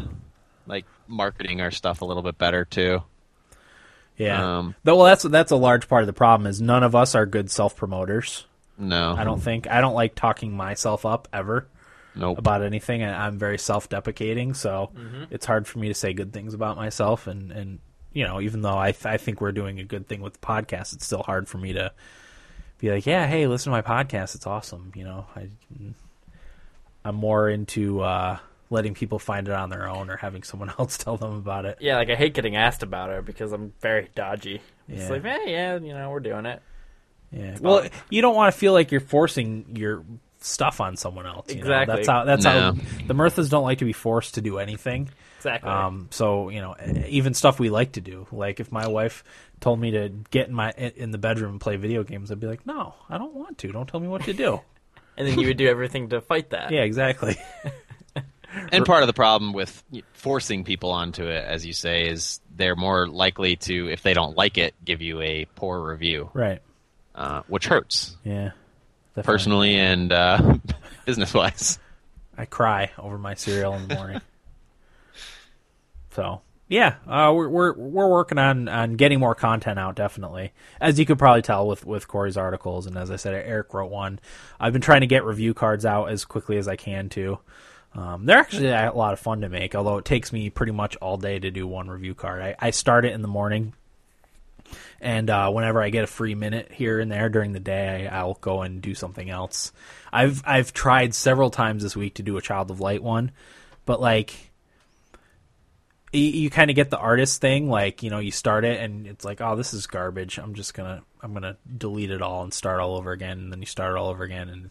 like marketing our stuff a little bit better too.
yeah
Um,
though well that's that's a large part of the problem is none of us are good self promoters
No,
i don't think i don't like talking myself up ever
Nope.
about anything. I, I'm very self-deprecating, so it's hard for me to say good things about myself. And, and you know, even though I th- I think we're doing a good thing with the podcast, it's still hard for me to be like, yeah, hey, listen to my podcast. It's awesome. You know, I I'm more into uh, letting people find it on their own or having someone else tell them about it.
Yeah, like I hate getting asked about it because I'm very dodgy.
Yeah.
It's like, eh, yeah, you know, we're doing it.
Yeah. Well, you don't want to feel like you're forcing your stuff on someone else. you know?
Exactly.
That's how. That's
No.
how the Mirthas don't like to be forced to do anything.
Exactly.
Um, so you know, even stuff we like to do, like if my wife told me to get in my in the bedroom and play video games, I'd be like, no, I don't want to. Don't tell me what to do.
and then you would do everything to fight that.
yeah, exactly.
and part of the problem with forcing people onto it, as you say, is they're more likely to, if they don't like it, give you a poor review,
right.
uh, which hurts
Yeah. Definitely.
personally and uh, business wise.
I cry over my cereal in the morning. so yeah, uh, we're we're we're working on on getting more content out. Definitely, as you could probably tell with with Corey's articles, and as I said, Eric wrote one. I've been trying to get review cards out as quickly as I can too. Um, they're actually a lot of fun to make, although it takes me pretty much all day to do one review card. I, I start it in the morning and uh, whenever I get a free minute here and there during the day, I, I'll go and do something else. I've I've tried several times this week to do a Child of Light one, but like you, you kind of get the artist thing. Like you know, you start it and it's like, oh, this is garbage. I'm just gonna I'm gonna delete it all and start all over again. And then you start all over again, and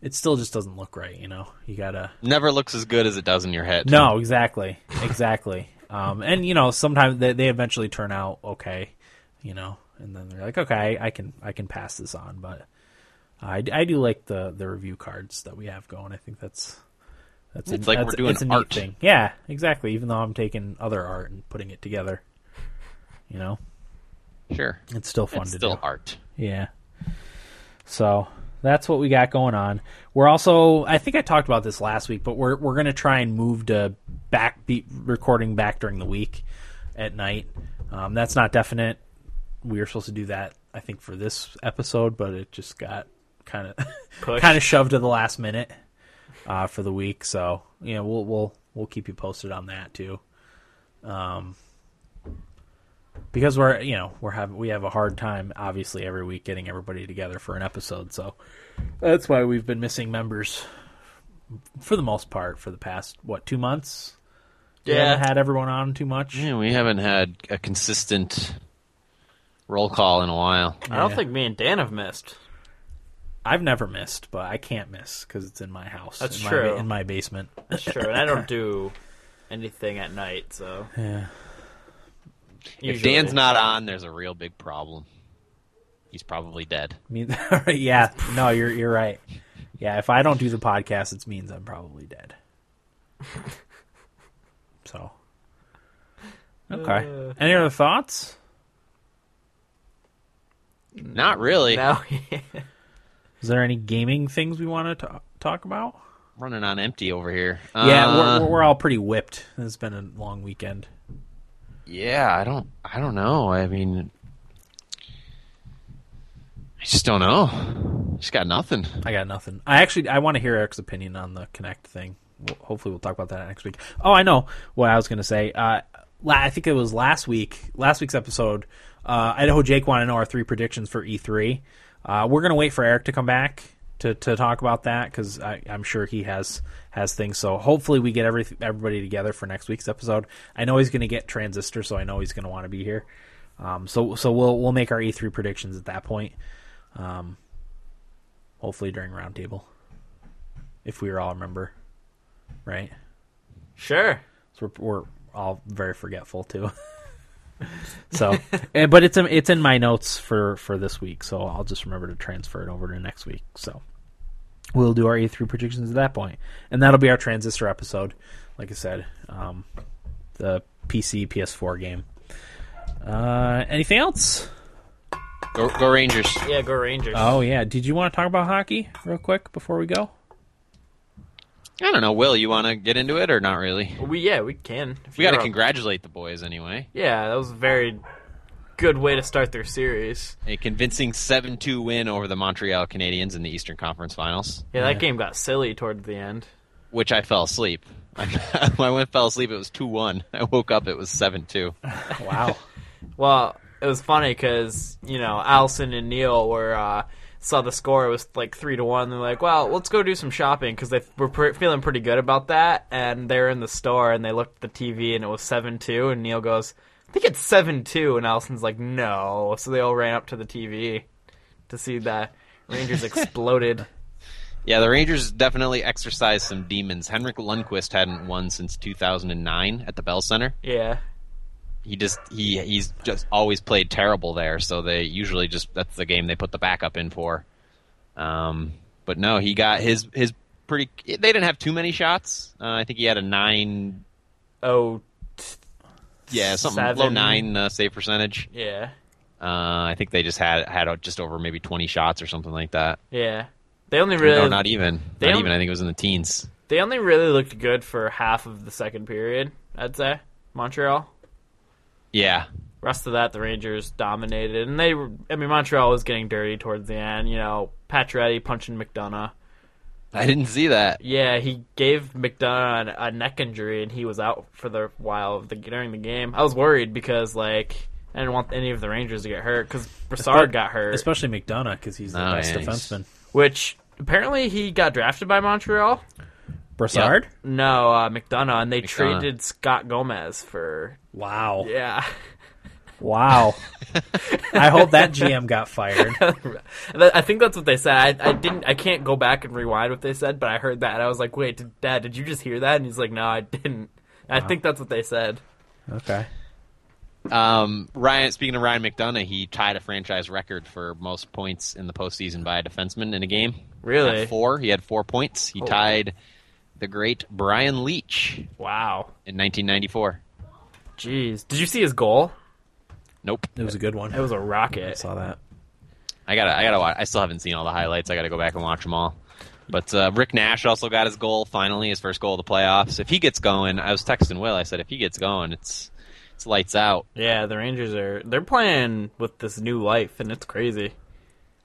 it still just doesn't look right. You know, you gotta
never looks as good as it does in your head.
no, exactly, exactly. um, and you know, sometimes they, they eventually turn out okay, you know, and then they're like, okay, I can I can pass this on, but I, I do like the the review cards that we have going. I think that's that's
It's like we're
that's-
doing
it's a neat
art.
thing. Yeah, exactly. Even though I'm taking other art and putting it together, you know,
sure,
it's still fun
it's
to
still
do.
art.
Yeah. So that's what we got going on. We're also, I think I talked about this last week, but we're we're gonna try and move to back be, recording back during the week at night. Um, that's not definite. We were supposed to do that. I think for this episode, but it just got kind of
Pushed.
kind of shoved to the last minute uh, for the week. So yeah, we'll we'll we'll keep you posted on that too. Um, because we're you know we're having we have a hard time obviously every week getting everybody together for an episode. So that's why we've been missing members for the most part for the past what two months. We
Yeah.
haven't had everyone on too much.
Yeah, we haven't had a consistent roll call in a while.
I don't
Yeah.
think me and Dan have missed.
I've never missed, but I can't miss because it's in my house.
That's
in my,
true.
ba- in my basement.
That's true, and I don't do anything at night, so
Yeah.
If
usually-
Dan's not on, there's a real big problem. He's probably dead.
I mean, yeah. No, you're you're right. Yeah, if I don't do the podcast, it means I'm probably dead. So. Okay.
Uh.
Any other thoughts?
Mm, Not really.
No,
Is there any gaming things we want to talk about?
Running on empty over here.
yeah,
Uh,
we're, we're, we're all pretty whipped. It's been a long weekend.
yeah. I don't. I don't know. I mean, I just don't know. Just got nothing.
I got nothing. I actually I want to hear Eric's opinion on the Connect thing. We'll, hopefully, we'll talk about that next week. Oh, I know what I was going to say. Uh, la- I think it was last week. Last week's episode. Uh, Idaho Jake wanted to know our three predictions for E3. Uh, we're going to wait for Eric to come back to, to talk about that because I'm sure he has has things. So hopefully, we get every everybody together for next week's episode. I know he's going to get Transistor, so I know he's going to want to be here. Um, so so we'll we'll make our E3 predictions at that point hopefully during roundtable if we all remember right
sure.
so we're, we're all very forgetful too so eh, but it's in, it's in my notes for for this week so i'll just remember to transfer it over to next week so we'll do our e3 predictions at that point and that'll be our transistor episode like i said um the pc ps4 game uh anything else
Go, go Rangers.
Yeah, go Rangers.
oh yeah did you want to talk about hockey real quick before we go
I don't know. Will you want to get into it or not really?
We yeah, we can. If
We got to
you're up.
congratulate the boys anyway.
Yeah, that was a very good way to start their series.
A convincing 7 2 win over the Montreal Canadiens in the Eastern Conference Finals,
Yeah, that game got silly toward the end.
which I fell asleep. I, when I went fell asleep, it was 2 1. I woke up, it was 7 2.
wow
Well, it was funny because you know Allison and Neil were uh, saw the score it was like three to one. They're like, "Well, let's go do some shopping" because they were pre- feeling pretty good about that. And they're in the store and they looked at the TV and it was seven two. And Neil goes, "I think it's seven two." And Allison's like, "No." So they all ran up to the TV to see that Rangers exploded.
Yeah, the Rangers definitely exercised some demons. Henrik Lundqvist hadn't won since 2009 at the Bell Center.
Yeah,
He just he he's just always played terrible there, so they usually just that's the game they put the backup in for. Um, but no, he got his his pretty. They didn't have too many shots. Uh, I think he had a nine,
oh
yeah, something low
Seven.
nine uh, save percentage.
yeah,
Uh, I think they just had had uh, just over maybe 20 shots or something like that.
yeah. They only
No,
really
not e- even,
They
not
don't-
even. I think it was in the teens.
They only really looked good for half of the second period, I'd say. Montreal.
Yeah,
Rest of that, the Rangers dominated, and they. Were, I mean, Montreal was getting dirty towards the end. You know, Pacioretty punching McDonough.
I didn't see that.
Yeah, he gave McDonough an- a neck injury, and he was out for the while of the, during the game. I was worried because like I didn't want any of the Rangers to get hurt because Broussard got hurt,
especially mcdonough because he's the
Oh,
best
yeah, he's-
defenseman
which apparently he got drafted by Montreal.
Broussard?
No, uh, McDonough, and they
McDonough.
traded Scott Gomez for
Wow.
yeah.
Wow. I hope that GM got fired.
That- I think that's what they said. I, I didn't. I can't go back and rewind what they said, but I heard that. I was like, "Wait, did, Dad, did you just hear that?" And he's like, "No, I didn't." I think that's what they said.
Okay.
Um, Ryan, speaking of Ryan McDonough, he tied a franchise record for most points in the postseason by a defenseman in a game.
Really? Oh.
At four. He had four points. He tied the great Brian Leach
Wow.
in 1994.
Jeez. Did you see his goal?
Nope.
It was a good one.
It was a rocket.
saw that.
I gotta, I gotta watch. I still haven't seen all the highlights. I gotta go back and watch them all. But uh, Rick Nash also got his goal finally, his first goal of the playoffs. If he gets going, I was texting Will. I said, if he gets going, it's It's lights out.
Yeah, the Rangers are they're playing with this new life, and it's crazy.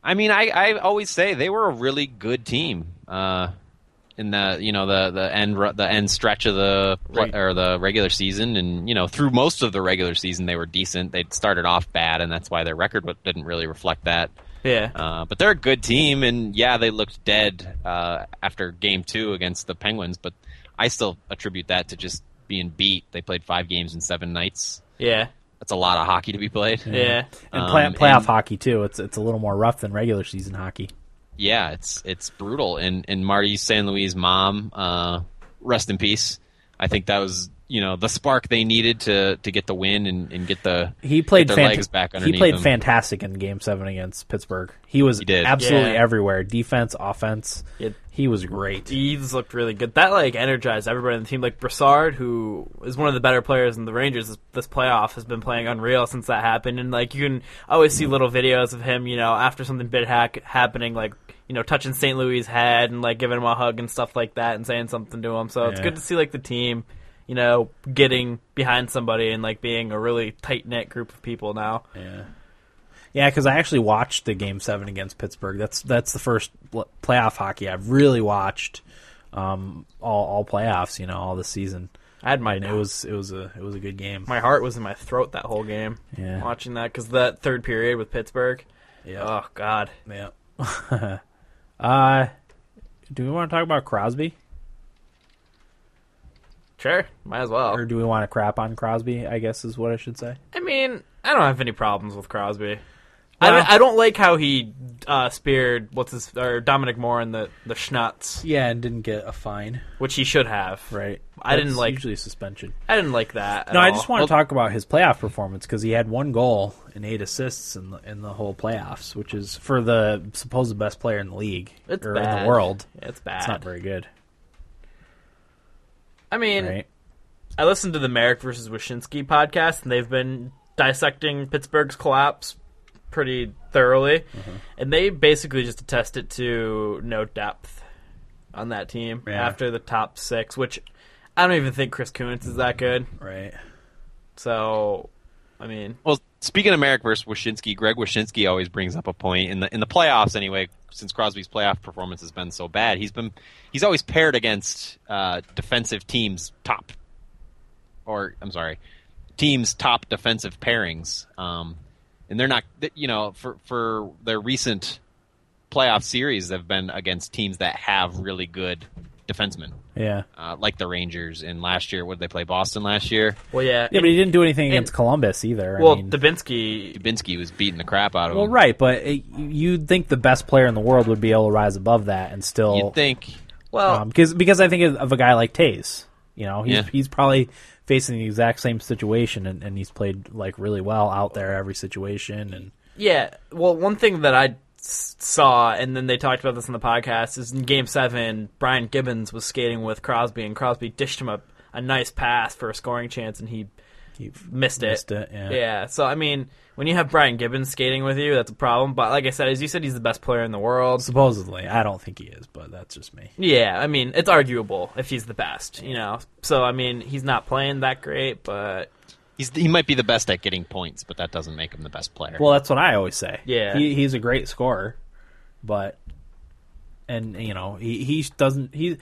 I mean, I, I always say they were a really good team. Uh, in the you know the the end ru- the end stretch of the
Right.
or the regular season, and you know through most of the regular season they were decent. They started off bad, and that's why their record w- didn't really reflect that.
Yeah,
Uh, but they're a good team, and yeah, they looked dead uh, after game two against the Penguins. But I still attribute that to just being beat. They played five games in seven nights.
yeah,
That's a lot of hockey to be played.
yeah.
And
Um,
play, playoff
and-
hockey too. It's it's a little more rough than regular season hockey.
yeah, it's it's brutal. And and Marty San Luis' mom, uh, rest in peace. I think that was you know the spark they needed to to get the win and, and get the
He played
get their
fant-
legs back underneath
He played
them.
fantastic in Game Seven against Pittsburgh. He was
He did.
absolutely
Yeah.
everywhere, defense, offense.
Yeah.
He was great.
Eves looked really good. That like energized everybody on the team. Like Broussard, who is one of the better players in the Rangers this, this playoff, has been playing unreal since that happened. And like you can always see little videos of him, you know, after something big hack happening, like you know, touching St. Louis' head and like giving him a hug and stuff like that, and saying something to him. So it's
Yeah.
good to see like the team, you know, getting behind somebody and like being a really tight knit group of people now.
Yeah, yeah. Because I actually watched the Game Seven against Pittsburgh. That's that's the first pl- playoff hockey I've really watched. Um, all all playoffs, you know, all this season.
I had my
And it was it was a it was a good game.
my heart was in my throat that whole game
Yeah.
watching that because that third period with Pittsburgh.
Yeah.
Oh God.
Yeah. uh, do we want to talk about Crosby,
Sure, might as well.
or do we want to crap on Crosby? I guess is what I should say.
I mean, I don't have any problems with Crosby. I,
Well-
don't- I don't like how he uh, speared what's his or Dominic Moore in the the schnutz,
Yeah, and didn't get a fine.
which he should have.
Right.
I didn't like-
usually suspension.
I didn't like that. at
No, I
all.
just want to talk about his playoff performance because he had one goal and eight assists in the, in the whole playoffs, which is for the supposed best player in the league
It's
or in
bad.
the world.
It's bad.
It's not very good,
I mean,
right?
I listened to the Merrick versus Wyshynski podcast, and they've been dissecting Pittsburgh's collapse pretty thoroughly,
Mm-hmm.
and they basically just attest it to no depth on that team
Yeah.
after the top six, which I don't even think Chris Kunitz is that good.
Right.
So, I mean,
Well, speaking of Merrick versus Wyshynski, Greg Wyshynski always brings up a point in the in the playoffs. Anyway, since Crosby's playoff performance has been so bad, he's been he's always paired against uh, defensive teams top, or I'm sorry, teams top defensive pairings. Um, and they're not, th- you know, for for their recent playoff series, they've been against teams that have really good defensemen,
Yeah.
uh, like the Rangers. And last year, would they play Boston last year?
well, yeah,
Yeah, but he didn't do anything against
and-
Columbus either. I
well,
mean,
Dubinsky,
Dubinsky was beating the crap out of
well,
him.
right, but it, you'd think the best player in the world would be able to rise above that and still
You'd think
well,
Um, because because I think of- of a guy like Taze, you know, he's
Yeah.
he's probably facing the exact same situation, and, and he's played like really well out there every situation, and
Yeah. Well, one thing that I s- saw, and then they talked about this in the podcast, is in Game Seven, Brian Gibbons was skating with Crosby, and Crosby dished him a, a nice pass for a scoring chance, and he
he
missed it.
missed it. uh, Yeah.
Yeah. So I mean, when you have Brian Gibbons skating with you, that's a problem. But like I said, as you said, he's the best player in the world.
Supposedly, I don't think he is, but that's just me.
Yeah, I mean, it's arguable if he's the best, you know. So I mean, he's not playing that great, but
He's he might be the best at getting points, but that doesn't make him the best player.
Well, that's what I always say.
Yeah.
he, he's a great scorer, but and you know he he doesn't he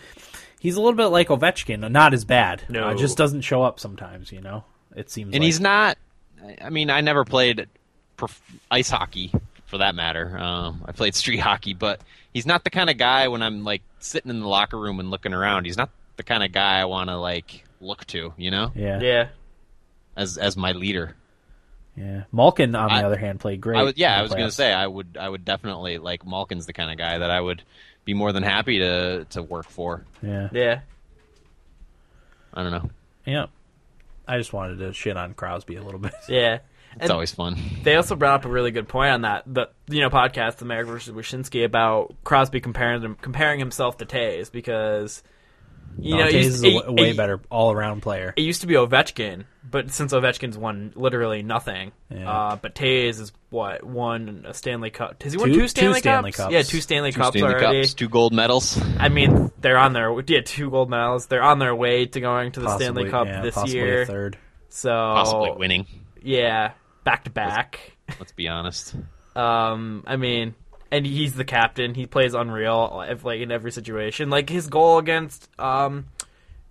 he's a little bit like Ovechkin, not as bad.
No.
Uh, just doesn't show up sometimes. You know, it seems.
and
like,
he's not. I mean, I never played prof- ice hockey for that matter. Um, I played street hockey, but he's not the kind of guy when I'm like sitting in the locker room and looking around. He's not the kind of guy I want to like look to, you know,
yeah yeah
yeah.
as as my leader.
yeah. Malkin on the
I-
other hand played great.
I would, yeah,
in the
I was gonna
playoffs.
say I would I would definitely like Malkin's the kind of guy that I would be more than happy to to work for.
yeah
Yeah.
I don't know.
Yeah. I just wanted to shit on Crosby a little bit.
Yeah.
It's
And-
always fun.
They also brought up a really good point on that the you know podcast the Merrick versus Wyshynski about Crosby comparing him, comparing himself to Tays because you know
Taze
it
is
used-
a
it-
w- way
it-
better all around player.
It used to be Ovechkin, but since Ovechkin's won literally nothing,
Yeah.
uh, but Tays is what won a Stanley Cup. Has he won
Two-
two,
two
Stanley,
Stanley
Cups?
Cups.
Yeah, two Stanley
Two
Cups
Stanley
already.
Cups, two gold medals.
I mean, they're on their yeah two gold medals. They're on their way to going to the
Possibly,
Stanley Cup
yeah,
this
possibly
year.
a third.
So
possibly winning.
Yeah, back to back.
Let's be honest.
Um, I mean, and he's the captain. He plays unreal, if, like in every situation. Like his goal against, um,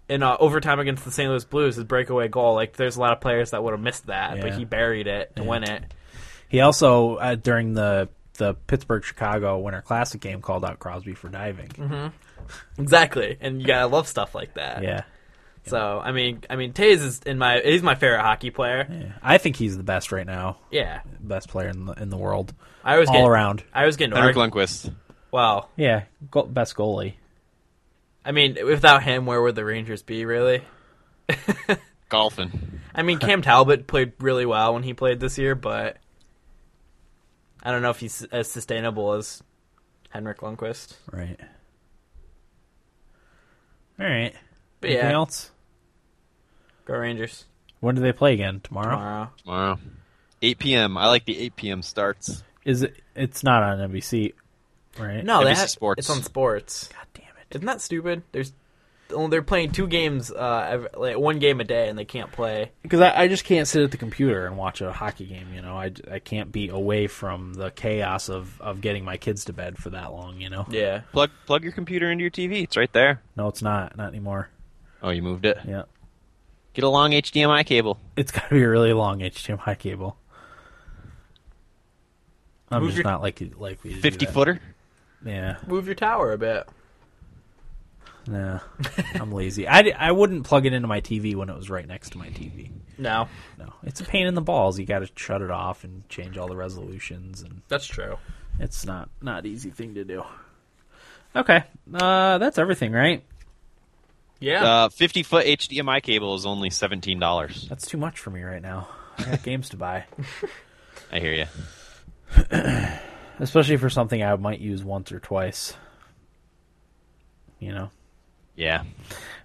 in uh, overtime against the St. Louis Blues, his breakaway goal. Like there's a lot of players that would have missed that,
Yeah.
but he buried it to win it.
He also uh, during the the Pittsburgh Chicago Winter Classic game called out Crosby for diving.
Exactly, and you gotta love stuff like that.
Yeah.
So I mean, I mean, Tays is in my he's my favorite hockey player.
yeah, I think he's the best right now,
Yeah,
best player in the in the world,
I always get
all around.
I was getting
Henrik
argue-
Lundqvist.
well.
Yeah, go- best goalie.
I mean, without him, where would the Rangers be really?
Golfing.
I mean, Cam Talbot played really well when he played this year, but I don't know if he's as sustainable as Henrik Lundqvist.
Right. All right.
But
Anything
yeah.
else?
Go Rangers
When do they play again? Tomorrow?
tomorrow.
Tomorrow. 8 p.m. I like the 8 p.m. starts.
Is it? It's not on NBC, right?
No, they
NBC
have,
Sports.
it's on sports.
God damn it.
Isn't that stupid? There's oh, they're playing two games, uh, ev- like one game a day, and they can't play.
Because I, I just can't sit at the computer and watch a hockey game. You know, I, I can't be away from the chaos of, of getting my kids to bed for that long. You know.
Yeah,
Plug plug your computer into your TV. It's right there.
No, it's not. Not anymore.
Oh, you moved it.
Yeah.
Get a long HDMI cable.
It's got to be a really long HDMI cable. I'm
Move
just
your-
not likely likely to do
50
that.
footer.
Yeah.
move your tower a bit.
No. I'm lazy. I, d- I wouldn't plug it into my TV when it was right next to my TV.
No,
No, it's a pain in the balls. You got to shut it off and change all the resolutions, and
that's true.
it's not not easy thing to do. Okay, uh, that's everything, right?
Yeah,
Uh, 50 foot HDMI cable is only $17.
That's too much for me right now. I got games to buy,
I hear you.
especially for something I might use once or twice. You know.
Yeah.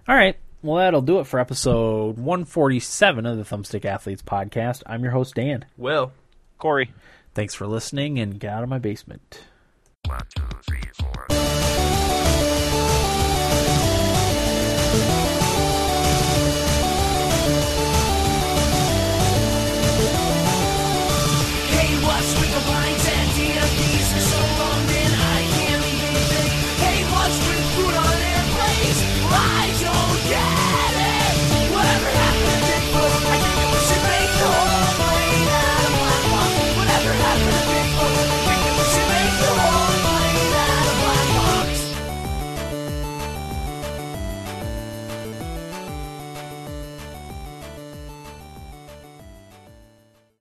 All right. Well, that'll do it for episode 147 of the Thumbstick Athletes podcast. I'm your host Dan.
will.
Corey.
Thanks for listening and get out of my basement.
One, two, three, four.